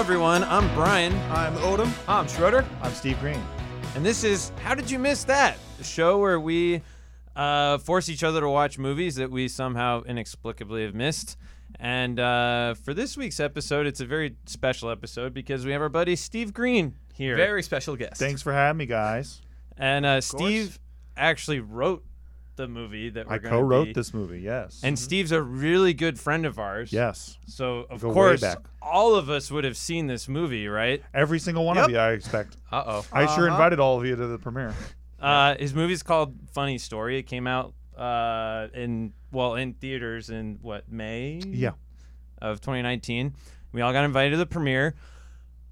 everyone. I'm Brian. I'm Odom. I'm Schroeder. I'm Steve Green. And this is How Did You Miss That? The show where we uh, force each other to watch movies that we somehow inexplicably have missed. And uh, for this week's episode, it's a very special episode because we have our buddy Steve Green here. Very special guest. Thanks for having me, guys. and uh, Steve actually wrote the movie that we're I gonna co-wrote be- this movie. Yes. And Steve's a really good friend of ours. yes, So, of Go way course, back. all of us would have seen this movie, right? every single one of you, I expect. Uh oh. I sure invited all of you to the premiere. Uh, his movie's called Funny Story. It came out uh, in well in theaters in what May Yeah. of 2019. We all got invited to the premiere,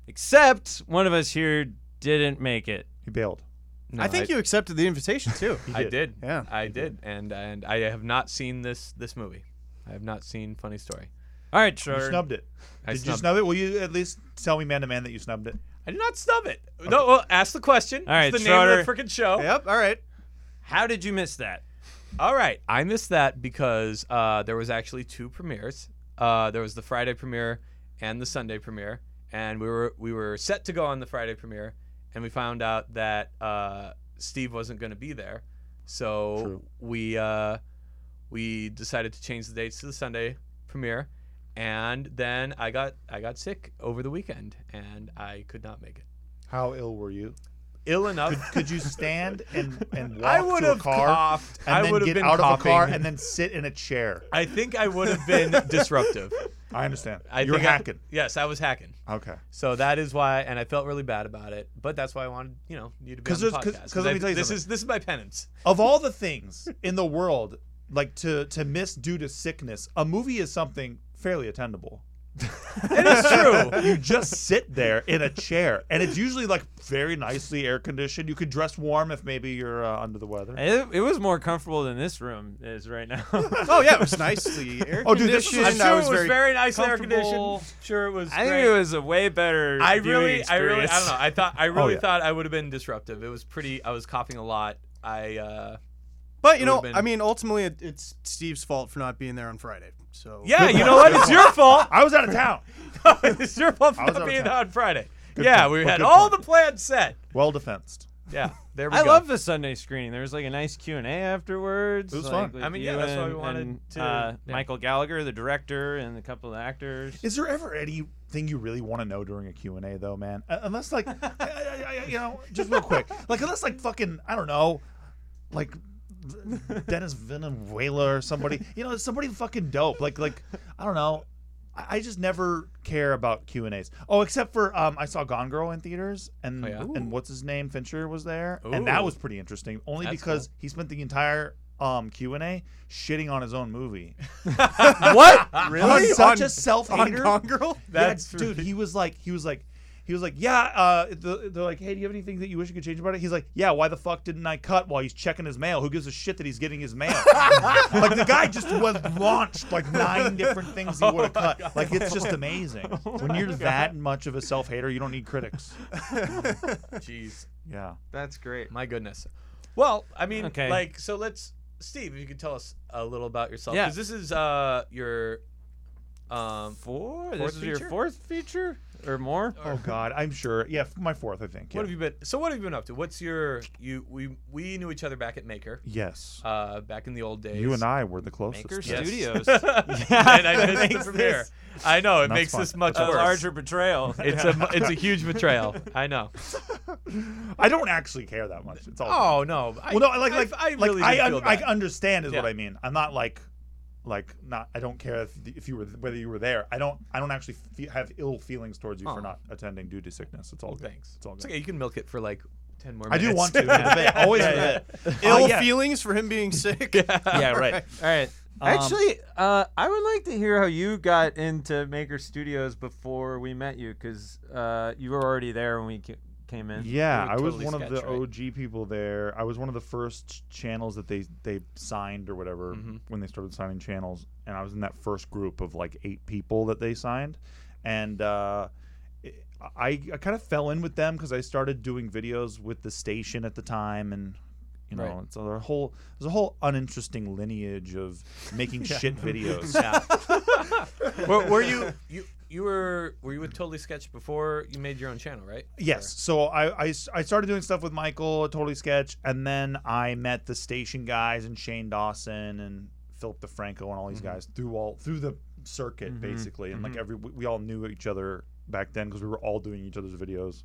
except one of us here didn't make it. He bailed. No, I think you accepted the invitation too. I did. Yeah. I did, and and I have not seen this this movie. I have not seen Funny Story. All right, You Schroeder. snubbed it. I Did snubbed- you snub it? Will you at least tell me man to man that you snubbed it? I did not snub it. No, well, ask the question. All right, it's the name of the Schroeder. freaking show. yep. All right. How did you miss that? All right, I missed that because uh, there was actually two premieres. Uh, there was the Friday premiere and the Sunday premiere, and we were we were set to go on the Friday premiere, and we found out that uh, Steve wasn't going to be there, so True. we uh, we decided to change the dates to the Sunday premiere, and then I got I got sick over the weekend, and I could not make it. How ill were you? Ill enough. Could you stand and and walk I would to a have car coughed. and I then would have get been out of a coughing. car and then sit in a chair? I think I would have been disruptive. I understand. I You're think I- hacking. yes, I was hacking. okay. So that is why, and I felt really bad about it. But that's why I wanted, you know, you to be 'Cause on the there's- 'cause- podcast. 'cause let me I- tell you this something. is this is my penance. of all the things in the world like to to miss due to sickness a movie is something fairly attendable It is true. you just sit there in a chair and it's usually like very nicely air conditioned you could dress warm if maybe you're uh, under the weather It, it was more comfortable than this room is right now. Oh yeah, it was nicely air Oh, dude, this was- conditioned. I'm I'm sure I it was very, nice air comfortable. conditioned. Sure, it was. I think great. it was a way better. I viewing really, I really, I experience. don't know. I thought, I really Oh, yeah. thought I would have been disruptive. It was pretty. I was coughing a lot. I, uh, But you know, would've been- I mean, ultimately, it, it's Steve's fault for not being there on Friday. So yeah, you point, know what? good It's your fault. i was out of town it's your fault for I was out not of being town. on Friday. yeah, point, we but had good all point. the plans set. well defensed Yeah, there we I go. love the Sunday screening. There was like a nice Q and A afterwards. It was like, fun. with I mean, you yeah, that's why we and- wanted and, to- Uh, yeah. Michael Gallagher, the director, and a couple of actors. Is there ever anything you really want to know during a Q&A though, man? Uh, Unless like, I, I, I, you know, just real quick. Like unless like fucking, I don't know, like Dennis Venezuela or somebody, you know, somebody fucking dope. Like, like, I don't know. I I just never care about Q and A's. Oh, except for um, I saw Gone Girl in theaters, and Oh, yeah? and what's his name Fincher was there, and that Ooh. was pretty interesting. Only That's because he spent the entire um Q and A shitting on his own movie. what? I'm really such on, a self on hater. Gone Girl. Yeah, That's dude. He was like, he was like, he was like, yeah. Uh, the, they're like, hey, do you have anything that you wish you could change about it? He's like, yeah. Why the fuck didn't I cut while he's checking his mail? Who gives a shit that he's getting his mail? like the guy just was launched like nine different things he would have cut. Like it's just amazing. when you're that much of a self hater, you don't need critics. Jeez. Yeah. That's great. My goodness. Well, I mean, Okay. like, so let's, Steve, if you could tell us a little about yourself. Yeah. Because this is uh, your, um, Four? Fourth this is your feature? fourth feature or more? Oh God, I'm sure. Yeah, f- my fourth, I think. what yeah. have you been, so what have you been up to? What's your, you, we, we knew each other back at Maker, yes. uh, back in the old days. you and I were the closest. Maker yeah. Yes. Studios. and I That missed makes the premiere. this I know, it That's makes fine. this much a worse. larger betrayal. It's a, mu- it's a huge betrayal. I know. I don't actually care that much. It's all. Oh no. I, well, no, like, I- like, I, like, really I, did feel un- I bad. understand is what Yeah. I mean. I'm not like, like, not. I don't care if, if you were whether you were there. I don't. I don't actually fe- have ill feelings towards you Oh. for not attending due to sickness. It's all good. Thanks. It's all It's good. okay. You can milk it for like ten more. I do minutes. want to. for the bit, Always for the Yeah, bit. Ill Uh, yeah. feelings for him being sick. Yeah, right. All right. Um, Actually, uh, I would like to hear how you got into Maker Studios before we met you, because uh, you were already there when we ca- came in. Yeah, They I would was totally one of sketch, the right? OG people there. I was one of the first channels that they they signed or whatever Mhm. when they started signing channels, and I was in that first group of like eight people that they signed, and uh, it- I I kind of fell in with them because I started doing videos with the station at the time and. You know, Right. so there's a whole there's a whole uninteresting lineage of making shit videos. Yeah. were, were you you you were were you with Totally Sketch before you made your own channel, right? Yes. So I, I, s- I started doing stuff with Michael, at Totally Sketch, and then I met the station guys and Shane Dawson and Philip DeFranco and all these guys through all through the circuit Mhm. basically, and Mhm. like every we we all knew each other back then because we were all doing each other's videos,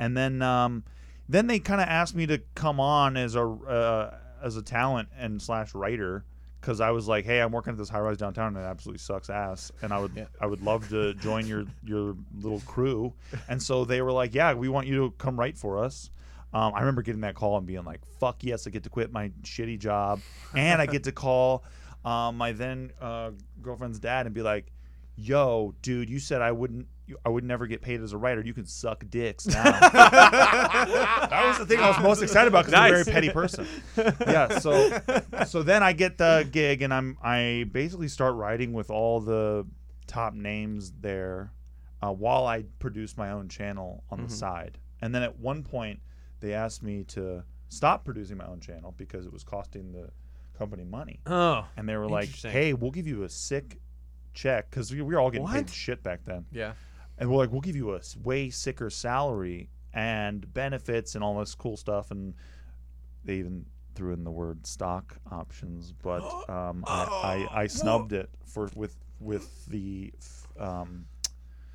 and then um, then they kind of asked me to come on as a uh, as a talent and slash writer. Cause I was like, "Hey, I'm working at this high rise downtown, and it absolutely sucks ass." And I would, I would love to join your your little crew. And so they were like, "Yeah, we want you to come write for us." Um, I remember getting that call and being like, "Fuck yes, I get to quit my shitty job, and I get to call um, my then uh, girlfriend's dad and be like." Yo, dude, you said I wouldn't, you- I would never get paid as a writer. You can suck dicks now. that was the thing I was most excited about because I'm a Nice. very petty person. Yeah, so so then I get the gig and I'm I basically start writing with all the top names there uh, while I produce my own channel on the Mhm. side. And then at one point they asked me to stop producing my own channel because it was costing the company money. Oh, And they were like, Interesting. "Hey, we'll give you a sick check cuz we, we were all getting What? paid shit back then." Yeah. and we're like, we'll give you a s- way sicker salary and benefits and all this cool stuff. And they even threw in the word stock options, but um, Oh, I, I, I snubbed it for with with the f- um,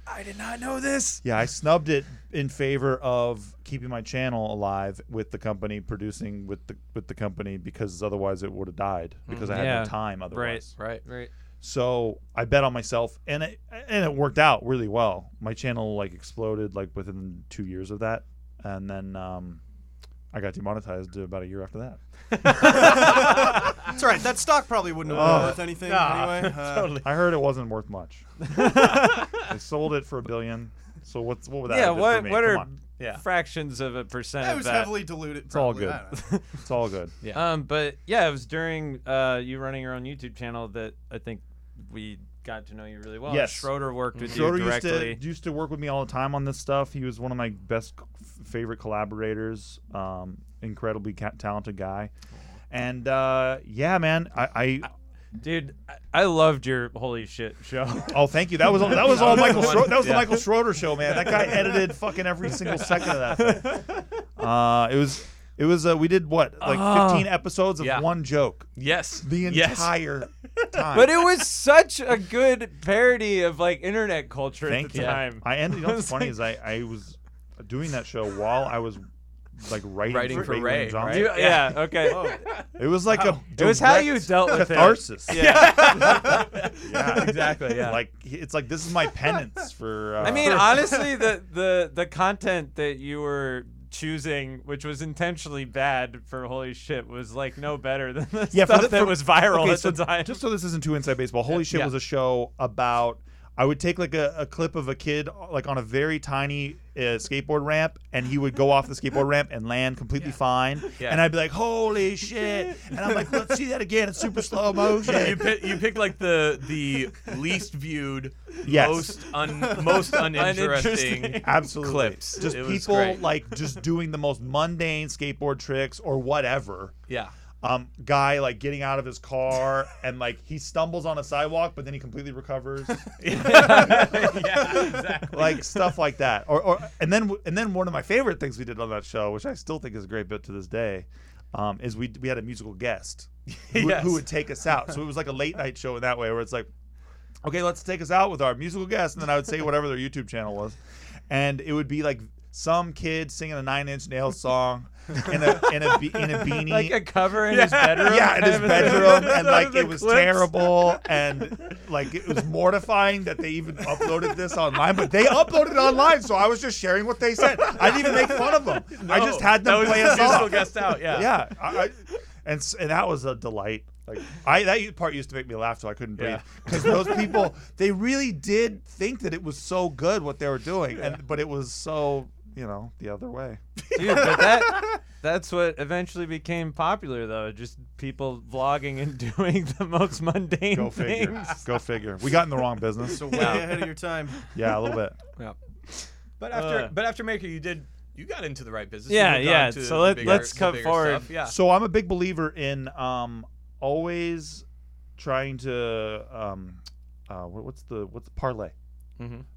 I did not know this. yeah, I snubbed it in favor of keeping my channel alive with the company producing with the with the company because otherwise it would have died because I had Yeah. no time otherwise. Right. Right. So I bet on myself, and it and it worked out really well. My channel like exploded like within two years of that, and then um, I got demonetized about a year after that. That's all right. That stock probably wouldn't have been worth anything anyway. Uh, I heard it wasn't worth much. I sold it for a billion. So what's what would that? yeah. have been for What me? what Come are on. Yeah. fractions of a percent It of was that? heavily diluted. It's all good. It's all good. Yeah. Um, but yeah, it was during uh, you running your own YouTube channel that I think we got to know you really well. Yes. Schroeder worked with Schroeder you used directly. to used to work with me all the time on this stuff. He was one of my best c- favorite collaborators. Um, incredibly ca- talented guy. And uh, yeah, man, I, I Dude, I, I loved your holy shit show. Oh, thank you. That was all, that was all Michael. Schro- that was the Yeah. Michael Schroeder show, man. That guy edited fucking every single second of that. Thing. Uh, it was it was uh, we did what like Oh. 15 episodes of Yeah. one joke Yes. the Yes. entire time. but it was such a good parody of like internet culture thank at the you. time. I ended. You know I what's was funny is I I was doing that show while I was. Like writing, Writing for Raymond Ray, Johnson. right? You- yeah. okay. It was like a. It was how you Oh. direct dealt with catharsis. it. Yeah. Yeah. Exactly. Yeah. Like it's like this is my penance for. Uh, I mean, honestly, the, the the content that you were choosing, which was intentionally bad for holy shit, was like no better than the Yeah, for stuff the- that for- was viral okay, at so the time. Just so this isn't too inside baseball, Holy Shit Yeah. was a show about. I would take like a, a clip of a kid like on a very tiny uh, skateboard ramp, and he would go off the skateboard ramp and land completely fine. Yeah. And I'd be like, "Holy shit!" And I'm like, "Let's see that again in super slow motion." you pick, you pick like the the least viewed, Yes. most un, most uninteresting. Uninteresting. Absolutely, clips. Just It was people great. like just doing the most mundane skateboard tricks or whatever. Yeah. um, guy like getting out of his car and like he stumbles on a sidewalk, but then he completely recovers, yeah. Exactly. like stuff like that. Or, or and then and then one of my favorite things we did on that show, which I still think is a great bit to this day, um, is we we had a musical guest who, Yes. who would take us out. So it was like a late night show in that way, where it's like, okay, let's take us out with our musical guest, and then I would say whatever their YouTube channel was, and it would be like some kid singing a Nine Inch Nails song in a in a be- in a beanie, like a cover in his bedroom. yeah, in kind his of a- bedroom, and like the it was clips. terrible, and like it was mortifying that they even uploaded this online. But they uploaded it online, so I was just sharing what they said. I didn't even make fun of them. I just had that them was play the a musical song. guest out. Yeah. Yeah, I, I, and s- and that was a delight. Like I that part used to make me laugh, so I couldn't breathe Yeah. because those people they really did think that it was so good what they were doing, and but it was so you know the other way. Dude, but that that's what eventually became popular though, just people vlogging and doing the most mundane Go things. figure. Go figure. We got in the wrong business. So way Yeah. ahead of your time. Yeah, a little bit. Yeah. But after Uh. but after Maker, you did you got into the right business. You Yeah, moved on yeah, to so the let- bigger- let's the cut bigger forward. stuff, Yeah. So I'm a big believer in um, always trying to um, uh, what, what's the what's the parlay?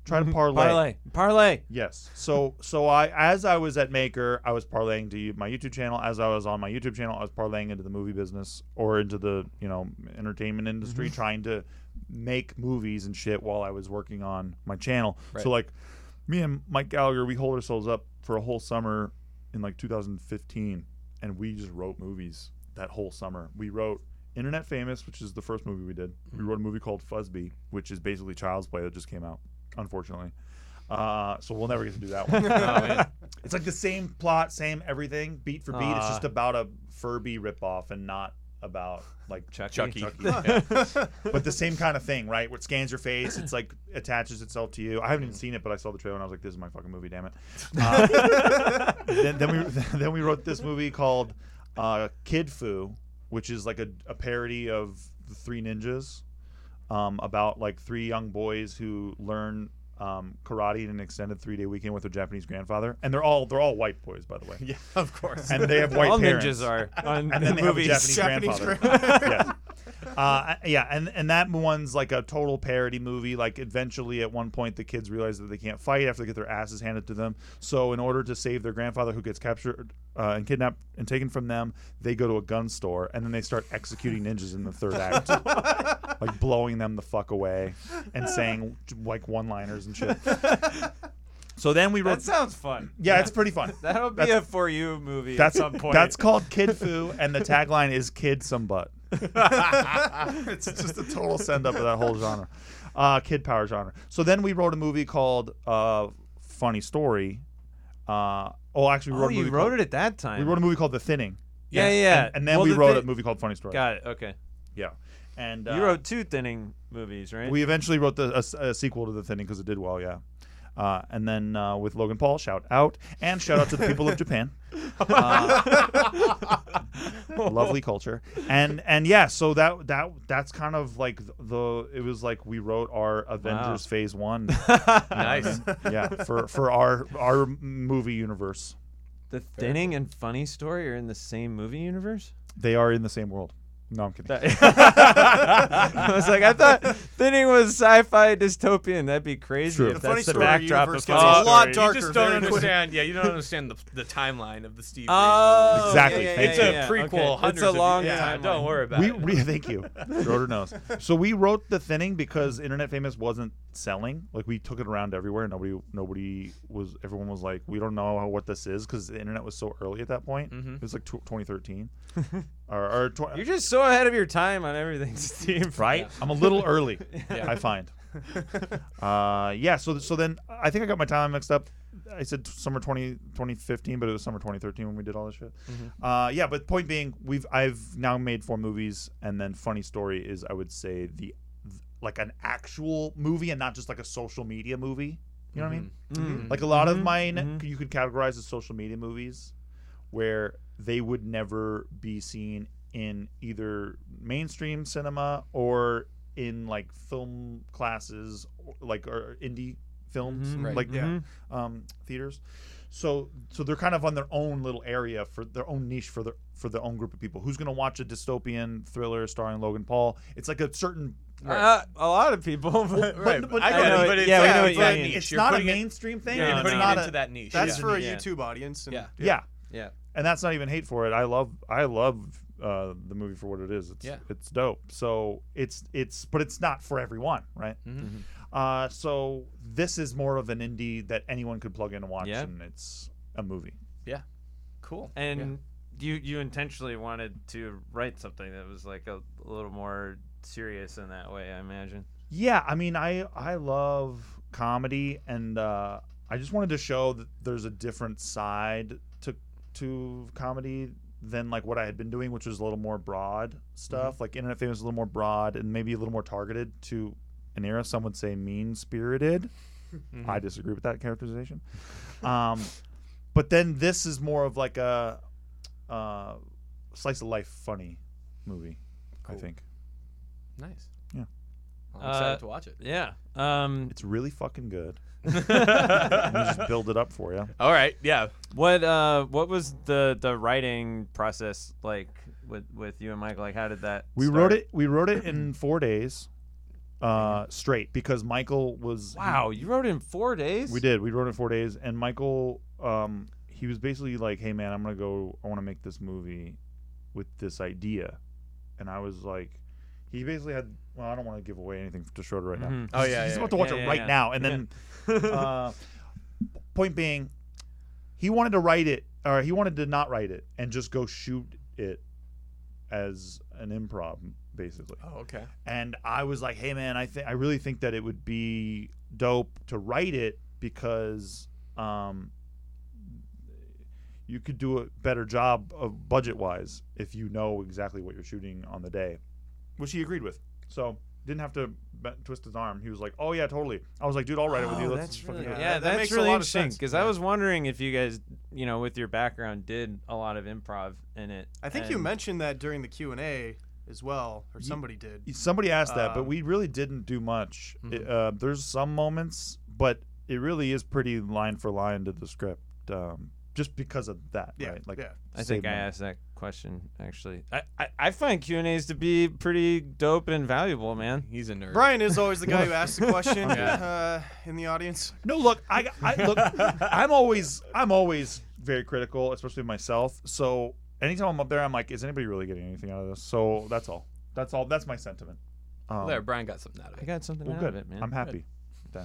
Try to parlay. Parlay. Parlay. Yes. So so I as I was at Maker, I was parlaying to you, my YouTube channel. As I was on my YouTube channel, I was parlaying into the movie business or into the you know entertainment industry, trying to make movies and shit while I was working on my channel. So like me and Mike Gallagher, we hold ourselves up for a whole summer in like 2015, and we just wrote movies that whole summer. We wrote. Internet Famous, which is the first movie we did. We wrote a movie called Fuzby, which is basically Child's Play that just came out, unfortunately. Uh, so we'll never get to do that one. it's like the same plot, same everything, beat for beat. it's Ah. just about a Furby ripoff and not about like Chucky. Chucky. but the same kind of thing, right? Where it scans your face, it's like attaches itself to you. I haven't even seen it, but I saw the trailer and I was like, "This is my fucking movie, damn it." Uh, then, then we then we wrote this movie called uh, Kid Fu, which is like a, a parody of the Three Ninjas, um, about like three young boys who learn. Um, karate in an extended three-day weekend with their Japanese grandfather, and they're all they're all white boys, by the way, yeah, of course. and they have white All parents ninjas are on and then they have a movies. Japanese, Japanese grandfather. yeah. Uh, yeah, and and that one's like a total parody movie. Like eventually, at one point, the kids realize that they can't fight after they get their asses handed to them. So in order to save their grandfather, who gets captured uh, and kidnapped and taken from them, they go to a gun store and then they start executing ninjas in the third act, like blowing them the fuck away and saying like one-liners and shit. So then we wrote. That sounds fun. yeah, it's pretty fun. That'll be a for you movie That's at some point. that's called Kid Fu, and the tagline is "Kid some butt." it's just a total send up of that whole genre, uh, kid power genre. So then we wrote a movie called uh, "Funny Story." Uh, oh, actually, we oh, wrote a you movie wrote called, it at that time. We wrote a movie called "The Thinning," yeah, yeah, yeah. and, and then Well, we the wrote thi- a movie called "Funny Story." Got it. Okay. Yeah, and uh, You wrote two thinning movies, right? We eventually wrote the a s- a, sequel to The Thinning because it did well. Yeah. Uh, and then uh, with Logan Paul, shout out and shout out to the people of Japan. Uh, lovely culture and and yeah so that that that's kind of like the it was like we wrote our avengers phase one nice. yeah for for our our movie universe the thinning and funny story are in the same movie universe. they are in the same world no i'm kidding I was like, I thought thinning was sci-fi dystopian. That'd be crazy True. if The that's funny the story backdrop universe of gets Funny a lot Story. darker Uh, you just don't very quick. understand. Yeah, you don't understand the, the timeline of the Steve. Oh, Exactly, yeah, yeah, thank Reeves yeah, you. movie. yeah, it's a prequel. Okay. hundreds It's a of- long yeah, time. Don't worry about we it. re- thank you Schroeder knows so we wrote the thinning because internet famous wasn't selling like we took it around everywhere nobody nobody was everyone was like we don't know what this is because the internet was so early at that point Mm-hmm. it was like tw 2013 or, or tw- You're just so ahead of your time on everything, Steve. right? I'm a little early, Yeah. I find. Uh, yeah, so so then I think I got my time mixed up. I said summer 20, 2015, but it was summer 2013 when we did all this shit. Uh, yeah, but point being, we've I've now made four movies, and then funny story is I would say the like an actual movie and not just like a social media movie. You know Mm-hmm. what I mean? Mm. Like a lot of Mhm, mine, mhm. you could categorize as social media movies, where they would never be seen in either mainstream cinema or in like film classes, or, like or indie films, Mhm. Right. like Mhm. um, theaters. So, so they're kind of on their own little area for their own niche for their for their own group of people. Who's gonna watch a dystopian thriller starring Logan Paul? It's like a certain. Uh, a lot of people. But, But- but- I I get know it, it- but it's yeah, we yeah, know it's what that you mean. niche. It's You're not a putting it- mainstream thing. Yeah, and you're it's putting not it a- into that niche. That's yeah. for a Yeah. YouTube audience. And Yeah. yeah. Yeah. and that's not even hate for it. I love I love uh, the movie for what it is. It's Yeah. it's dope. So it's it's but it's not for everyone, right? Mm-hmm. Mhm. Uh, so this is more of an indie that anyone could plug in and watch, Yeah. and it's a movie. cool. And you you intentionally wanted to write something that was like a, a little more serious in that way, I imagine. Yeah, I mean, I I love comedy, and uh, I just wanted to show that there's a different side to to comedy than like what I had been doing, which was a little more broad stuff. Like Internet Famous was a little more broad and maybe a little more targeted to an era. Some would say mean spirited. I disagree with that characterization. Um, but then this is more of like a uh, slice of life funny movie, I think. Nice. Yeah. Well, I'm excited Uh, to watch it. Yeah. Um, It's really fucking good. Let me just build it up for you. All right. Yeah. what uh what was the the writing process like with with you and Michael? Like how did that We start? wrote it. We wrote it in four days. uh, straight because Michael was. Wow, you wrote it in four days. We did. We wrote it in four days, and Michael, um, he was basically like, "Hey, man, I'm gonna go. I want to make this movie with this idea," and I was like, he basically had. Well, I don't want to give away anything to Schroeder right now. Mhm. Oh, yeah, he's yeah, about to watch yeah, it yeah, right yeah. now, and then. uh, point being, he wanted to write it, or he wanted to not write it and just go shoot it as an improv, basically Oh, okay. and I was like, "Hey, man, I think I really think that it would be dope to write it because um, you could do a better job of budget wise if you know exactly what you're shooting on the day," which he agreed with. So didn't have to be- twist his arm. He was like, "Oh yeah, totally." I was like, "Dude, I'll write it with you." Oh, Let's that's fucking really, do it." yeah, That that's makes a really lot of interesting sense. because I was wondering if you guys, you know, with your background, did a lot of improv in it. I think you and- mentioned that during the Q and A as well, or somebody did. Somebody asked that, but Um, mm-hmm. we really didn't do much. Mhm. It, uh, there's some moments, but it really is pretty line for line to the script, um, just because of that, Yeah, right? Like, yeah. I save think I money. asked that question actually. I, I, I find Q and A's to be pretty dope and valuable, man. He's a nerd. Brian is always the guy who asks the question uh, in the audience. No, look, I, I look, I'm always, I'm always very critical, especially of myself. So anytime I'm up there, I'm like, is anybody really getting anything out of this? So that's all. That's all. That's my sentiment. Um, Well, there, Brian got something out of I it. got something well, out good. of it, man. I'm happy.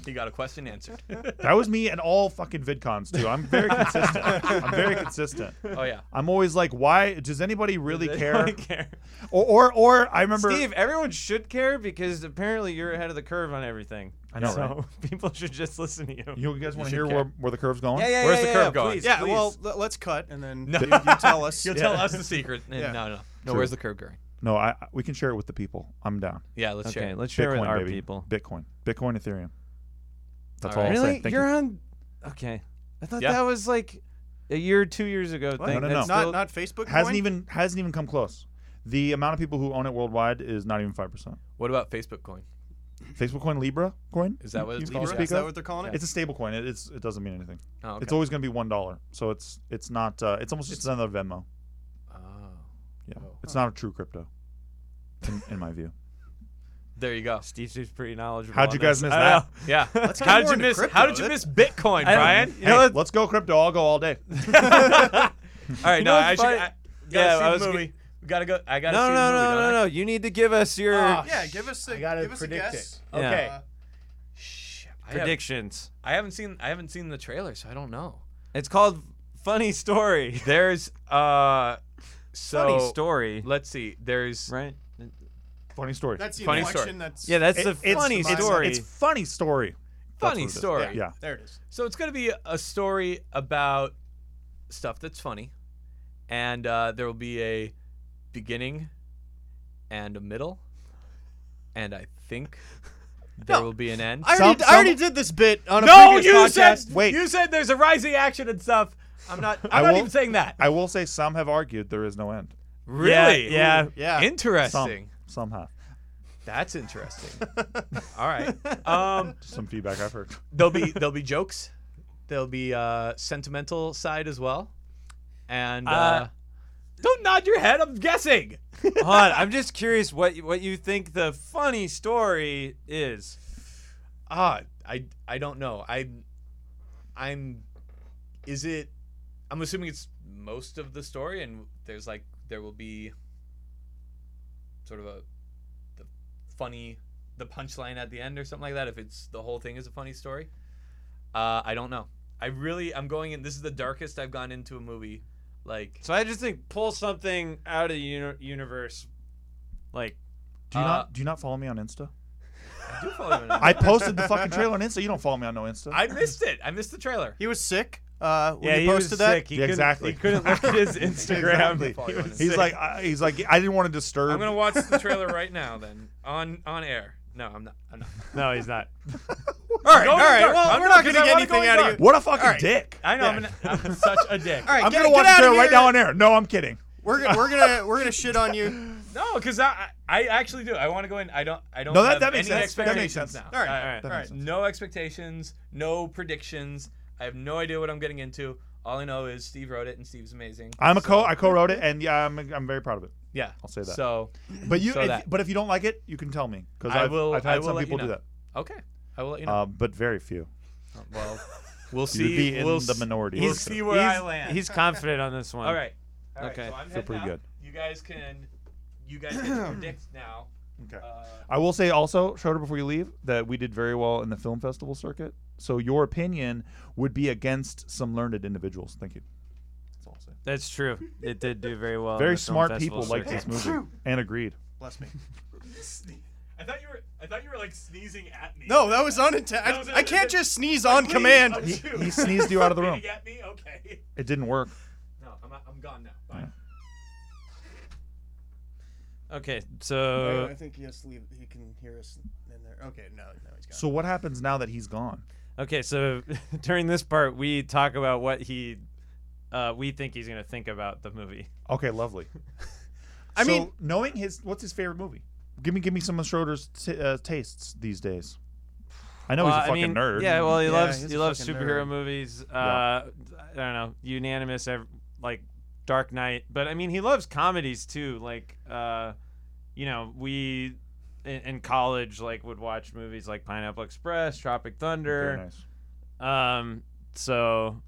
He got a question answered. That was me at all fucking VidCons too. I'm very consistent. I'm very consistent. oh yeah. I'm always like, why does anybody really They care? don't care. Or, or, or I remember. Steve, everyone should care because apparently you're ahead of the curve on everything. I know, So right? people should just listen to you. you guys want to should hear care. where, where the curve's going? yeah, yeah, Where's yeah, the yeah, curve yeah, going? Please, yeah, please. well, l- let's cut and then No. you, you tell us. You'll tell us the secret. No, no, no. No, True. where's the curve going? No, I, I- we can share it with the people. I'm down. Yeah, let's okay, share. it. let's share Bitcoin, with our baby. people. Bitcoin, Bitcoin, Ethereum. That's all. All right. I'll Really? say. Thank You're you. on? Okay, I thought Yeah. that was like a year, or two years ago What? thing. No, no, That's no. not still- not Facebook. hasn't coin? even hasn't even come close. The amount of people who own it worldwide is not even five percent. What about Facebook coin? Facebook coin, Libra coin. Is that what it's you called? Libra? speak Is that of? what they're calling it? It's a stable coin. It, it's it doesn't mean anything. Oh, okay. It's always going to be one dollar. So it's it's not. Uh, it's almost just another Venmo. oh. Yeah, Oh. it's not a true crypto, in, in my view. There you go. Steve's just pretty knowledgeable. How'd on you guys this. miss I know. that? Yeah. Let's get how did more you into miss? crypto. How did you That- miss Bitcoin, I- Brian? You know Hey, what- let's go crypto. I'll go all day. All right, You no, know I what's should. funny? I, Yeah, yeah, I I was was. Movie. We gotta go. I gotta No, see no, the movie, no, don't no, I? no. You need to give us your Ah, Yeah, give us a I gotta give us a predict guess. it. Yeah. Okay. Shit, I haven't- predictions. I haven't seen. I haven't seen the trailer, so I don't know. It's called Funny Story. There's uh, so Funny Story, Let's see. There's right? Funny story. That's the Funny inflection. story. That's Yeah, that's It- the funny it's- story. It's funny story. That's what funny it is. story. Yeah. Yeah. there it is. So it's gonna be a story about stuff that's funny, and uh, there will be a beginning, and a middle, and I think there will be an end. I Some- already, I already did this bit on a no, previous you podcast. said Wait. You said there's a rising action and stuff. I'm not. I'm I not will- even saying that. I will say some have argued there is no end. really? Yeah. yeah. Yeah. Some, Interesting. some have. That's interesting. All right. Um, Some feedback I've heard. there'll be there'll be jokes. There'll be uh, sentimental side as well. And uh, Uh, don't nod your head. I'm guessing. Hold on, I'm just curious what you- what you think the funny story is. Ah, I I don't know. I I'm is it? I'm assuming it's most of the story, and there's like there will be sort of a the funny the punchline at the end or something like that. If it's the whole thing is a funny story, uh, I don't know. I really I'm going in. This is the darkest I've gone into a movie. Like So I just think pull something out of the uni- universe, like Do you Uh, not? Do you not follow me on Insta? I do follow you on I posted the fucking trailer on Insta. You don't follow me on no Insta. I missed it. I missed the trailer. He was sick. Uh, when yeah, he he posted was that. sick. He Yeah, couldn't- exactly. He couldn't look at his Instagram. Exactly. He was he's sick. like, I, he's like, I didn't want to disturb. I'm gonna watch the trailer right now. Then on on air. No, I'm not. I'm not. no, he's not. All right, Go all in the right. dark. Well, I'm we're not not going to gonna get wanna anything go in out of dark. you. what a fucking All right. dick. I know. Yeah. I'm, an, I'm such a dick. All right, I'm get, gonna watch get the out of trailer right here. now on air. No, I'm kidding. We're gonna- we're gonna we're gonna shit on you. No, because I I actually do. I want to go in. I don't. I don't. No, that- have that makes any sense. That makes Expectations sense. Now. All right, all right, That all makes right. sense. No expectations. No predictions. I have no idea what I'm getting into. All I know is Steve wrote it, and Steve's amazing. I'm a So- co. I co-wrote it, and yeah, I'm, I'm very proud of it. Yeah, I'll say that. So But you, So if- that- but if you don't like it, you can tell me because I I've, will- I've I had will some let you people do know. that, okay, I will let you know. uh, but very few. well, we'll You would see. be in we'll the s- minority. We'll So- see where I he's, land. he's confident on this one. All right. All right. Okay. So I'm Feel pretty heading out. good. You guys can, you guys can predict now. Okay. Uh, I will say also, Schroeder, before you leave, that we did very well in the film festival circuit. So your opinion would be against some learned individuals. Thank you. That's all I'll say. That's true. It did do very well. in Very the film smart festival people liked circuit. this movie and agreed. Bless me. I thought you were, I thought you were like sneezing at me. No, that was unintentional. That was I, I can't uninten- just sneeze on command. He, he sneezed you out of the room. At me? Okay. It didn't work. No, I'm, I'm gone now. Bye. Okay, so think he has to leave. He can hear us in there. Okay, no, no, he's gone. So what happens now that he's gone? okay, so during this part we talk about what he, uh, we think he's gonna think about the movie. Okay, lovely. I So, mean- knowing his what's his favorite movie? Give me give me some of Schroeder's t- uh, tastes these days. I know well, he's a I fucking mean, nerd. Yeah, well he Yeah, loves he's he a loves fucking superhero nerd. movies. Uh, Yeah. I don't know, unanimous, ev- like Dark Knight. But I mean he loves comedies too. Like, uh, you know, we in, in college like would watch movies like Pineapple Express, Tropic Thunder. Very nice. Um, so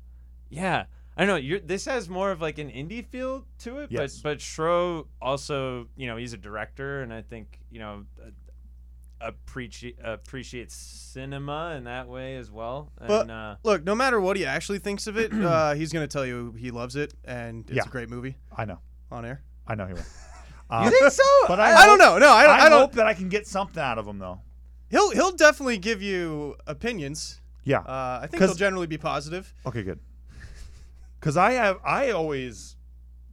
yeah, I don't know. You're, this has more of like an indie feel to it, Yes. but but Shro also, you know, he's a director, and I think you know appreciate appreciates cinema in that way as well. And, But- uh, Look, no matter what he actually thinks of it, uh, he's gonna tell you he loves it and it's Yeah. a great movie I know. on air. I know he will. Uh, think so? But I I, don't know. No, I don't. I, I, don't. hope that I can get something out of him though. He'll he'll definitely give you opinions. Yeah. Uh, I think 'Cause- he'll generally be positive. okay, good. Cuz I have I always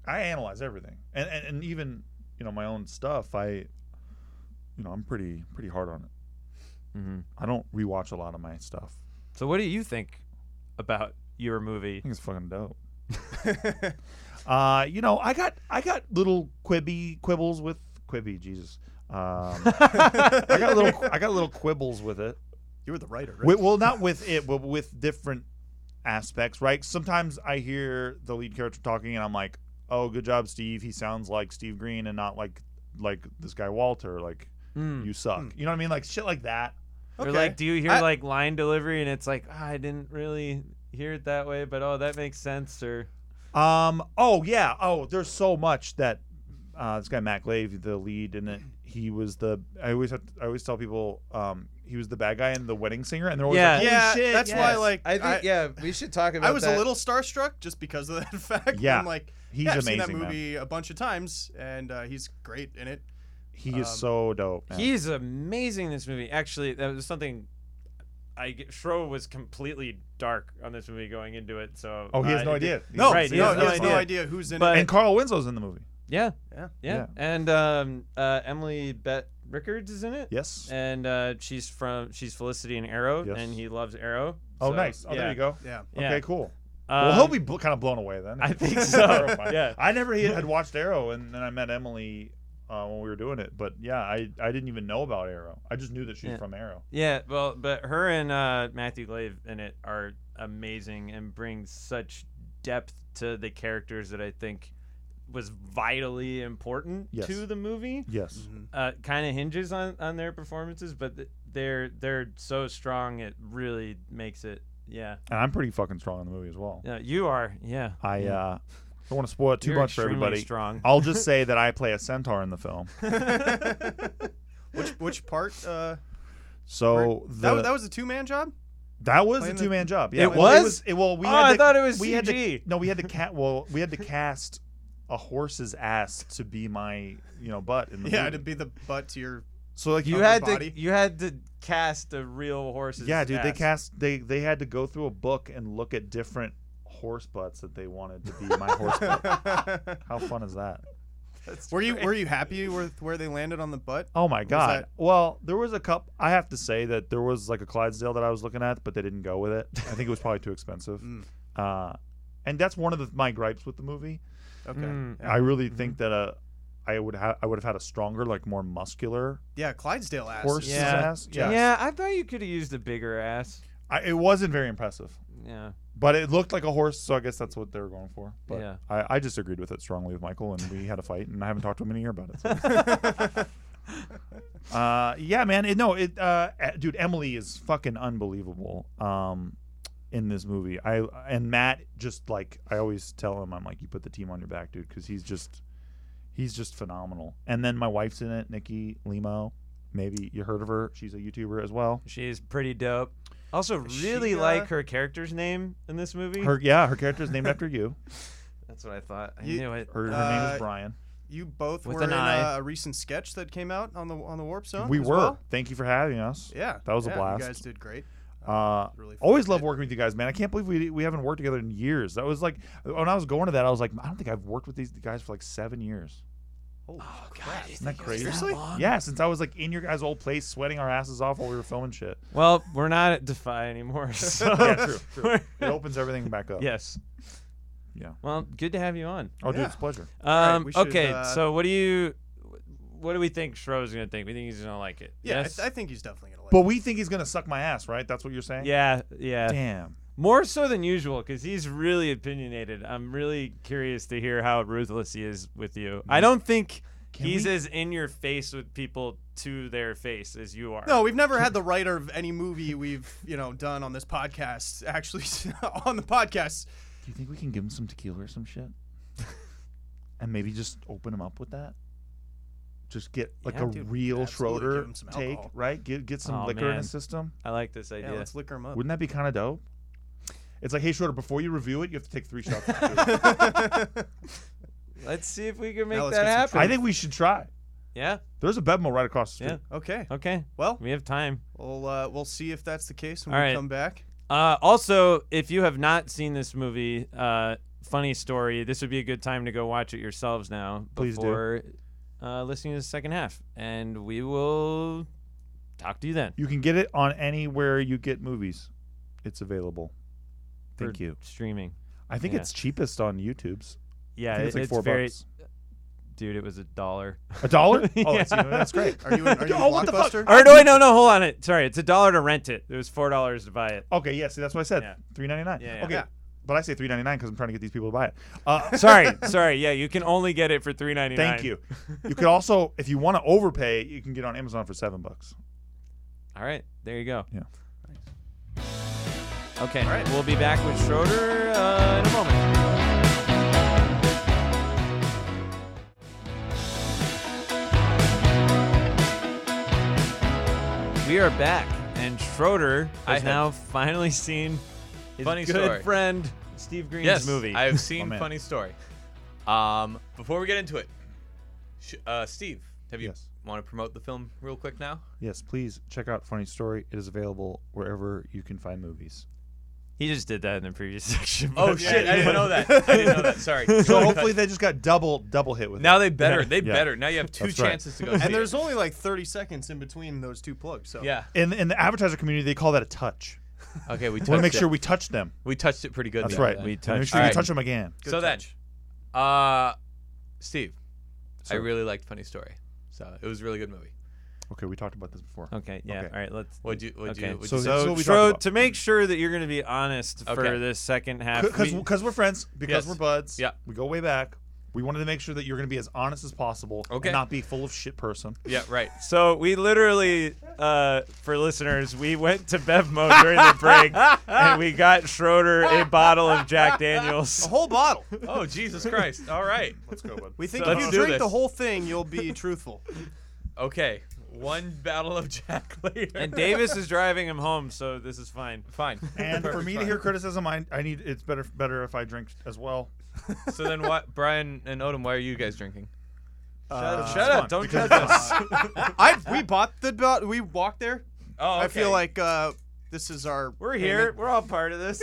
I analyze everything. And, and and even, you know, my own stuff, I you know, I'm pretty pretty hard on it. Mm-hmm. mhm. I don't rewatch a lot of my stuff. so what do you think about your movie? I think it's fucking dope. Uh, you know, I got I got little quibby quibbles with quibby, Jesus. Um, Hmm. I got little I got little quibbles with it. You were the writer, right? Wi- well, not with it, but with different aspects, right? Sometimes I hear the lead character talking, and I'm like, "Oh, good job, Steve. He sounds like Steve Green, and not like like this guy Walter. Like Mm. Hmm. you suck. You know what I mean? Like shit like that. Or Okay. like, do you hear I- like line delivery, and it's like, ah I didn't really hear it that way, but oh, that makes sense. Or Um. Oh yeah. Oh, there's so much that uh, this guy Matt Glave, the lead, and he was the. I always have I always tell people um, he was the bad guy and the wedding singer, and they're always Yeah. like, "Holy yeah, shit, that's yes." why like I think yeah, we should talk about. I was that. a little starstruck just because of that fact. Yeah. I'm like, He's yeah, I've amazing. seen that man. movie a bunch of times, and uh, he's great in it. He is um, so dope. Man. He's amazing in this movie. Actually, that was something I get- Shro was completely dark on this movie going into it. So oh, he uh, has no it did- idea. No, Right, no, yeah. he has no Yeah. idea who's in But- it. and Carl Winslow's in the movie. Yeah, Yeah. yeah, Yeah. And um, uh, Emily Bett Rickards is in it. Yes. And uh, she's from she's Felicity in Arrow, Yes. and he loves Arrow. oh, So, nice. Oh, yeah. there you go. Yeah. Yeah. Okay, cool. Um, well, he'll be bl- kind of blown away then. I think so. Terrified. Yeah. I never had had watched Arrow, and then I met Emily uh, when we were doing it. But yeah, I, I didn't even know about Arrow. I just knew that she's Yeah. from Arrow. Yeah, well, but her and uh, Matthew Glave in it are amazing and bring such depth to the characters that I think was vitally important Yes. to the movie. Yes. uh, kind of hinges on, on their performances, but th- they're they're so strong it really makes it. Yeah, And I'm pretty fucking strong in the movie as well. yeah you are. Yeah, I uh, don't want to spoil it too You're much for extremely everybody. Strong. I'll just say that I play a centaur in the film. which which part? Uh, So that, the, was, that was a two man job. That was a Playing the- two man job. Yeah, It Well, was? It well, we Oh, had I to- thought it was we had to- CG. no, we had to cat. Well, we had to cast a horse's ass to be my, you know, butt in the Yeah, movie. to be the butt to your. so like You Upper had body. to you had to cast the real horses. yeah, dude. They ass. cast. They they had to go through a book and look at different horse butts that they wanted to be my horse butt. How fun is that? were you were you happy with where they landed on the butt? Oh my god. that? Well, there was a cup. I have to say that there was like a Clydesdale that I was looking at, but they didn't go with it. I think it was probably too expensive. Mm. Uh, and that's one of the, my gripes with the movie. Okay. Mm. Yeah. Mm-hmm. I really think that uh, I would have I would have had a stronger, like more muscular Yeah, Clydesdale ass. horse Yeah. ass. Yeah, Yeah, I thought you could have used a bigger ass. I, it wasn't very impressive. yeah. But it looked like a horse, so I guess that's what they were going for. But Yeah. I, I disagreed with it strongly with Michael, and we had a fight, and I haven't talked to him in a year about it. so. uh, yeah, man. It, no, it, uh, eh, dude. Emily is fucking unbelievable um, in this movie. I and Matt just like I always tell him, I'm like, you put the team on your back, dude, because he's just he's just phenomenal. And then my wife's in it, Nikki Limo. Maybe you heard of her. She's a YouTuber as well. She's pretty dope. Also, really She, uh, like her character's name in this movie. Her yeah, her character's named after you. That's what I thought. I You- knew it. Her, her name Uh, is Brian. You both With were an in eye. uh, a recent sketch that came out on the on the Warp Zone. we as were. well? Thank you for having us. Yeah, That was a yeah, blast. You guys did great. Uh, Really fun. always love working with you guys, man. I can't believe we we haven't worked together in years. That was like when I was going to that, I was like, I don't think I've worked with these guys for like seven years. Oh God, Isn't that crazy? Seriously? Yeah, since I was like in your guys' old place, sweating our asses off while we were filming shit. Well, we're not at Defy anymore. So. Yeah, true, It opens everything back up. yes. Yeah. Well, good to have you on. Oh, dude, Yeah. it's a pleasure. right, Um, we should, okay, uh, so what do you, what do we think Schro's gonna think? We think he's gonna like it. Yeah, Yes? I, I think he's definitely gonna like. But we think he's gonna suck my ass, right? That's what you're saying. yeah, yeah. Damn. More so than usual, because he's really opinionated. I'm really curious to hear how ruthless he is with you. Mm-hmm. I don't think Can he's we- as in your face with people to their face as you are. it. No, we've never had the writer of any movie we've you know done on this podcast actually on the podcast. Do you think we can give him some tequila or some shit? and maybe just open him up with that? Just get like Yeah, a dude. real Absolutely, give Schroeder him some take, alcohol. right? Get get some Aw, liquor in man. his system. I like this Yeah, idea. let's liquor him up. Oh. Wouldn't that be kind of dope? It's like, hey Schroeder, before you review it, you have to take three shots. Let's see if we can make Now let's that get happen. some I think we should try. yeah. There's a Bevmo right across the street. okay. Okay. Well, We have time. we'll uh, we'll see if that's the case when All we right. come back. Uh, also, if you have not seen this movie, uh, funny story. This would be a good time to go watch it yourselves now Please do. before Uh, listening to the second half, and we will talk to you then. You can get it on anywhere you get movies. It's available. for Thank you. Streaming. I think yeah. it's cheapest on YouTube's. I Yeah, think it- it's like four very. bucks. Dude, it was a dollar. A dollar? Yeah. Oh, that's, you know, that's great. Are you in, are you in Oh, what the fuck? Blockbuster? Or no, wait, no, no, hold on. It sorry, it's a dollar to rent it. It was four dollars to buy it. Okay, yeah. See, that's what I said. Yeah. Three ninety nine. Yeah, yeah. Okay, Yeah. but I say three ninety nine because I'm trying to get these people to buy it. Uh, Sorry, sorry. Yeah, you can only get it for three ninety nine. thank you. You could also, if you want to overpay, you can get on Amazon for seven bucks. All right, there you go. Yeah. Okay, we'll be back with Schroeder uh, in a moment. We are back, and Schroeder I has have- now finally seen his Funny good story. friend Steve Green's yes, movie. I have seen Oh, man. Funny Story. Um, before we get into it, sh- uh, Steve, have you Yes. want to promote the film real quick now? Yes, please check out Funny Story. It is available wherever you can find movies. he just did that in the previous section. Oh but- shit! I didn't know that. I didn't know that. Sorry. So hopefully they just got double double hit with now it. they better. They Yeah. better. Now you have two That's right. chances to go. see And there's it. only like 30 seconds in between those two plugs. So yeah. in in the advertiser community they call that a touch. Okay, we We want touched to make it. sure we touch them. we touched it pretty good. That's the other right. day. We And make touched sure you Alright. touch them again. Good so then, touch. uh, Steve, I Sir. really liked Funny Story. So it was a really good movie. Okay, we talked about this before. Okay, yeah. Okay. All right, let's. What'd you? What'd Okay. you? What'd So- you say? That's So, what we Shro, talked about. to make sure that you're going to be honest for Okay. this second half, because we- because we're friends, because Yes. we're buds. Yeah. we go way back. We wanted to make sure that you're going to be as honest as possible Okay. and not be full of shit person. yeah, right. So we literally, uh, for listeners, we went to Bevmo during the break and we got Schroeder a bottle of Jack Daniels. a whole bottle. Oh Jesus Christ! All right. Let's go, bud. We think So if let's you do drink this. the whole thing, you'll be truthful. Okay. One battle of Jack later. And Davis is driving him home, so this is fine. Fine. and for Perfect, me to fine. hear criticism, I, I need it's better better if I drink as well. So then, what, Brian and Odom? Why are you guys drinking? Uh, Shut up! Don't judge us. I we bought the bo- we walked there. Oh, I feel like uh, this is our We're here. We're all part of this.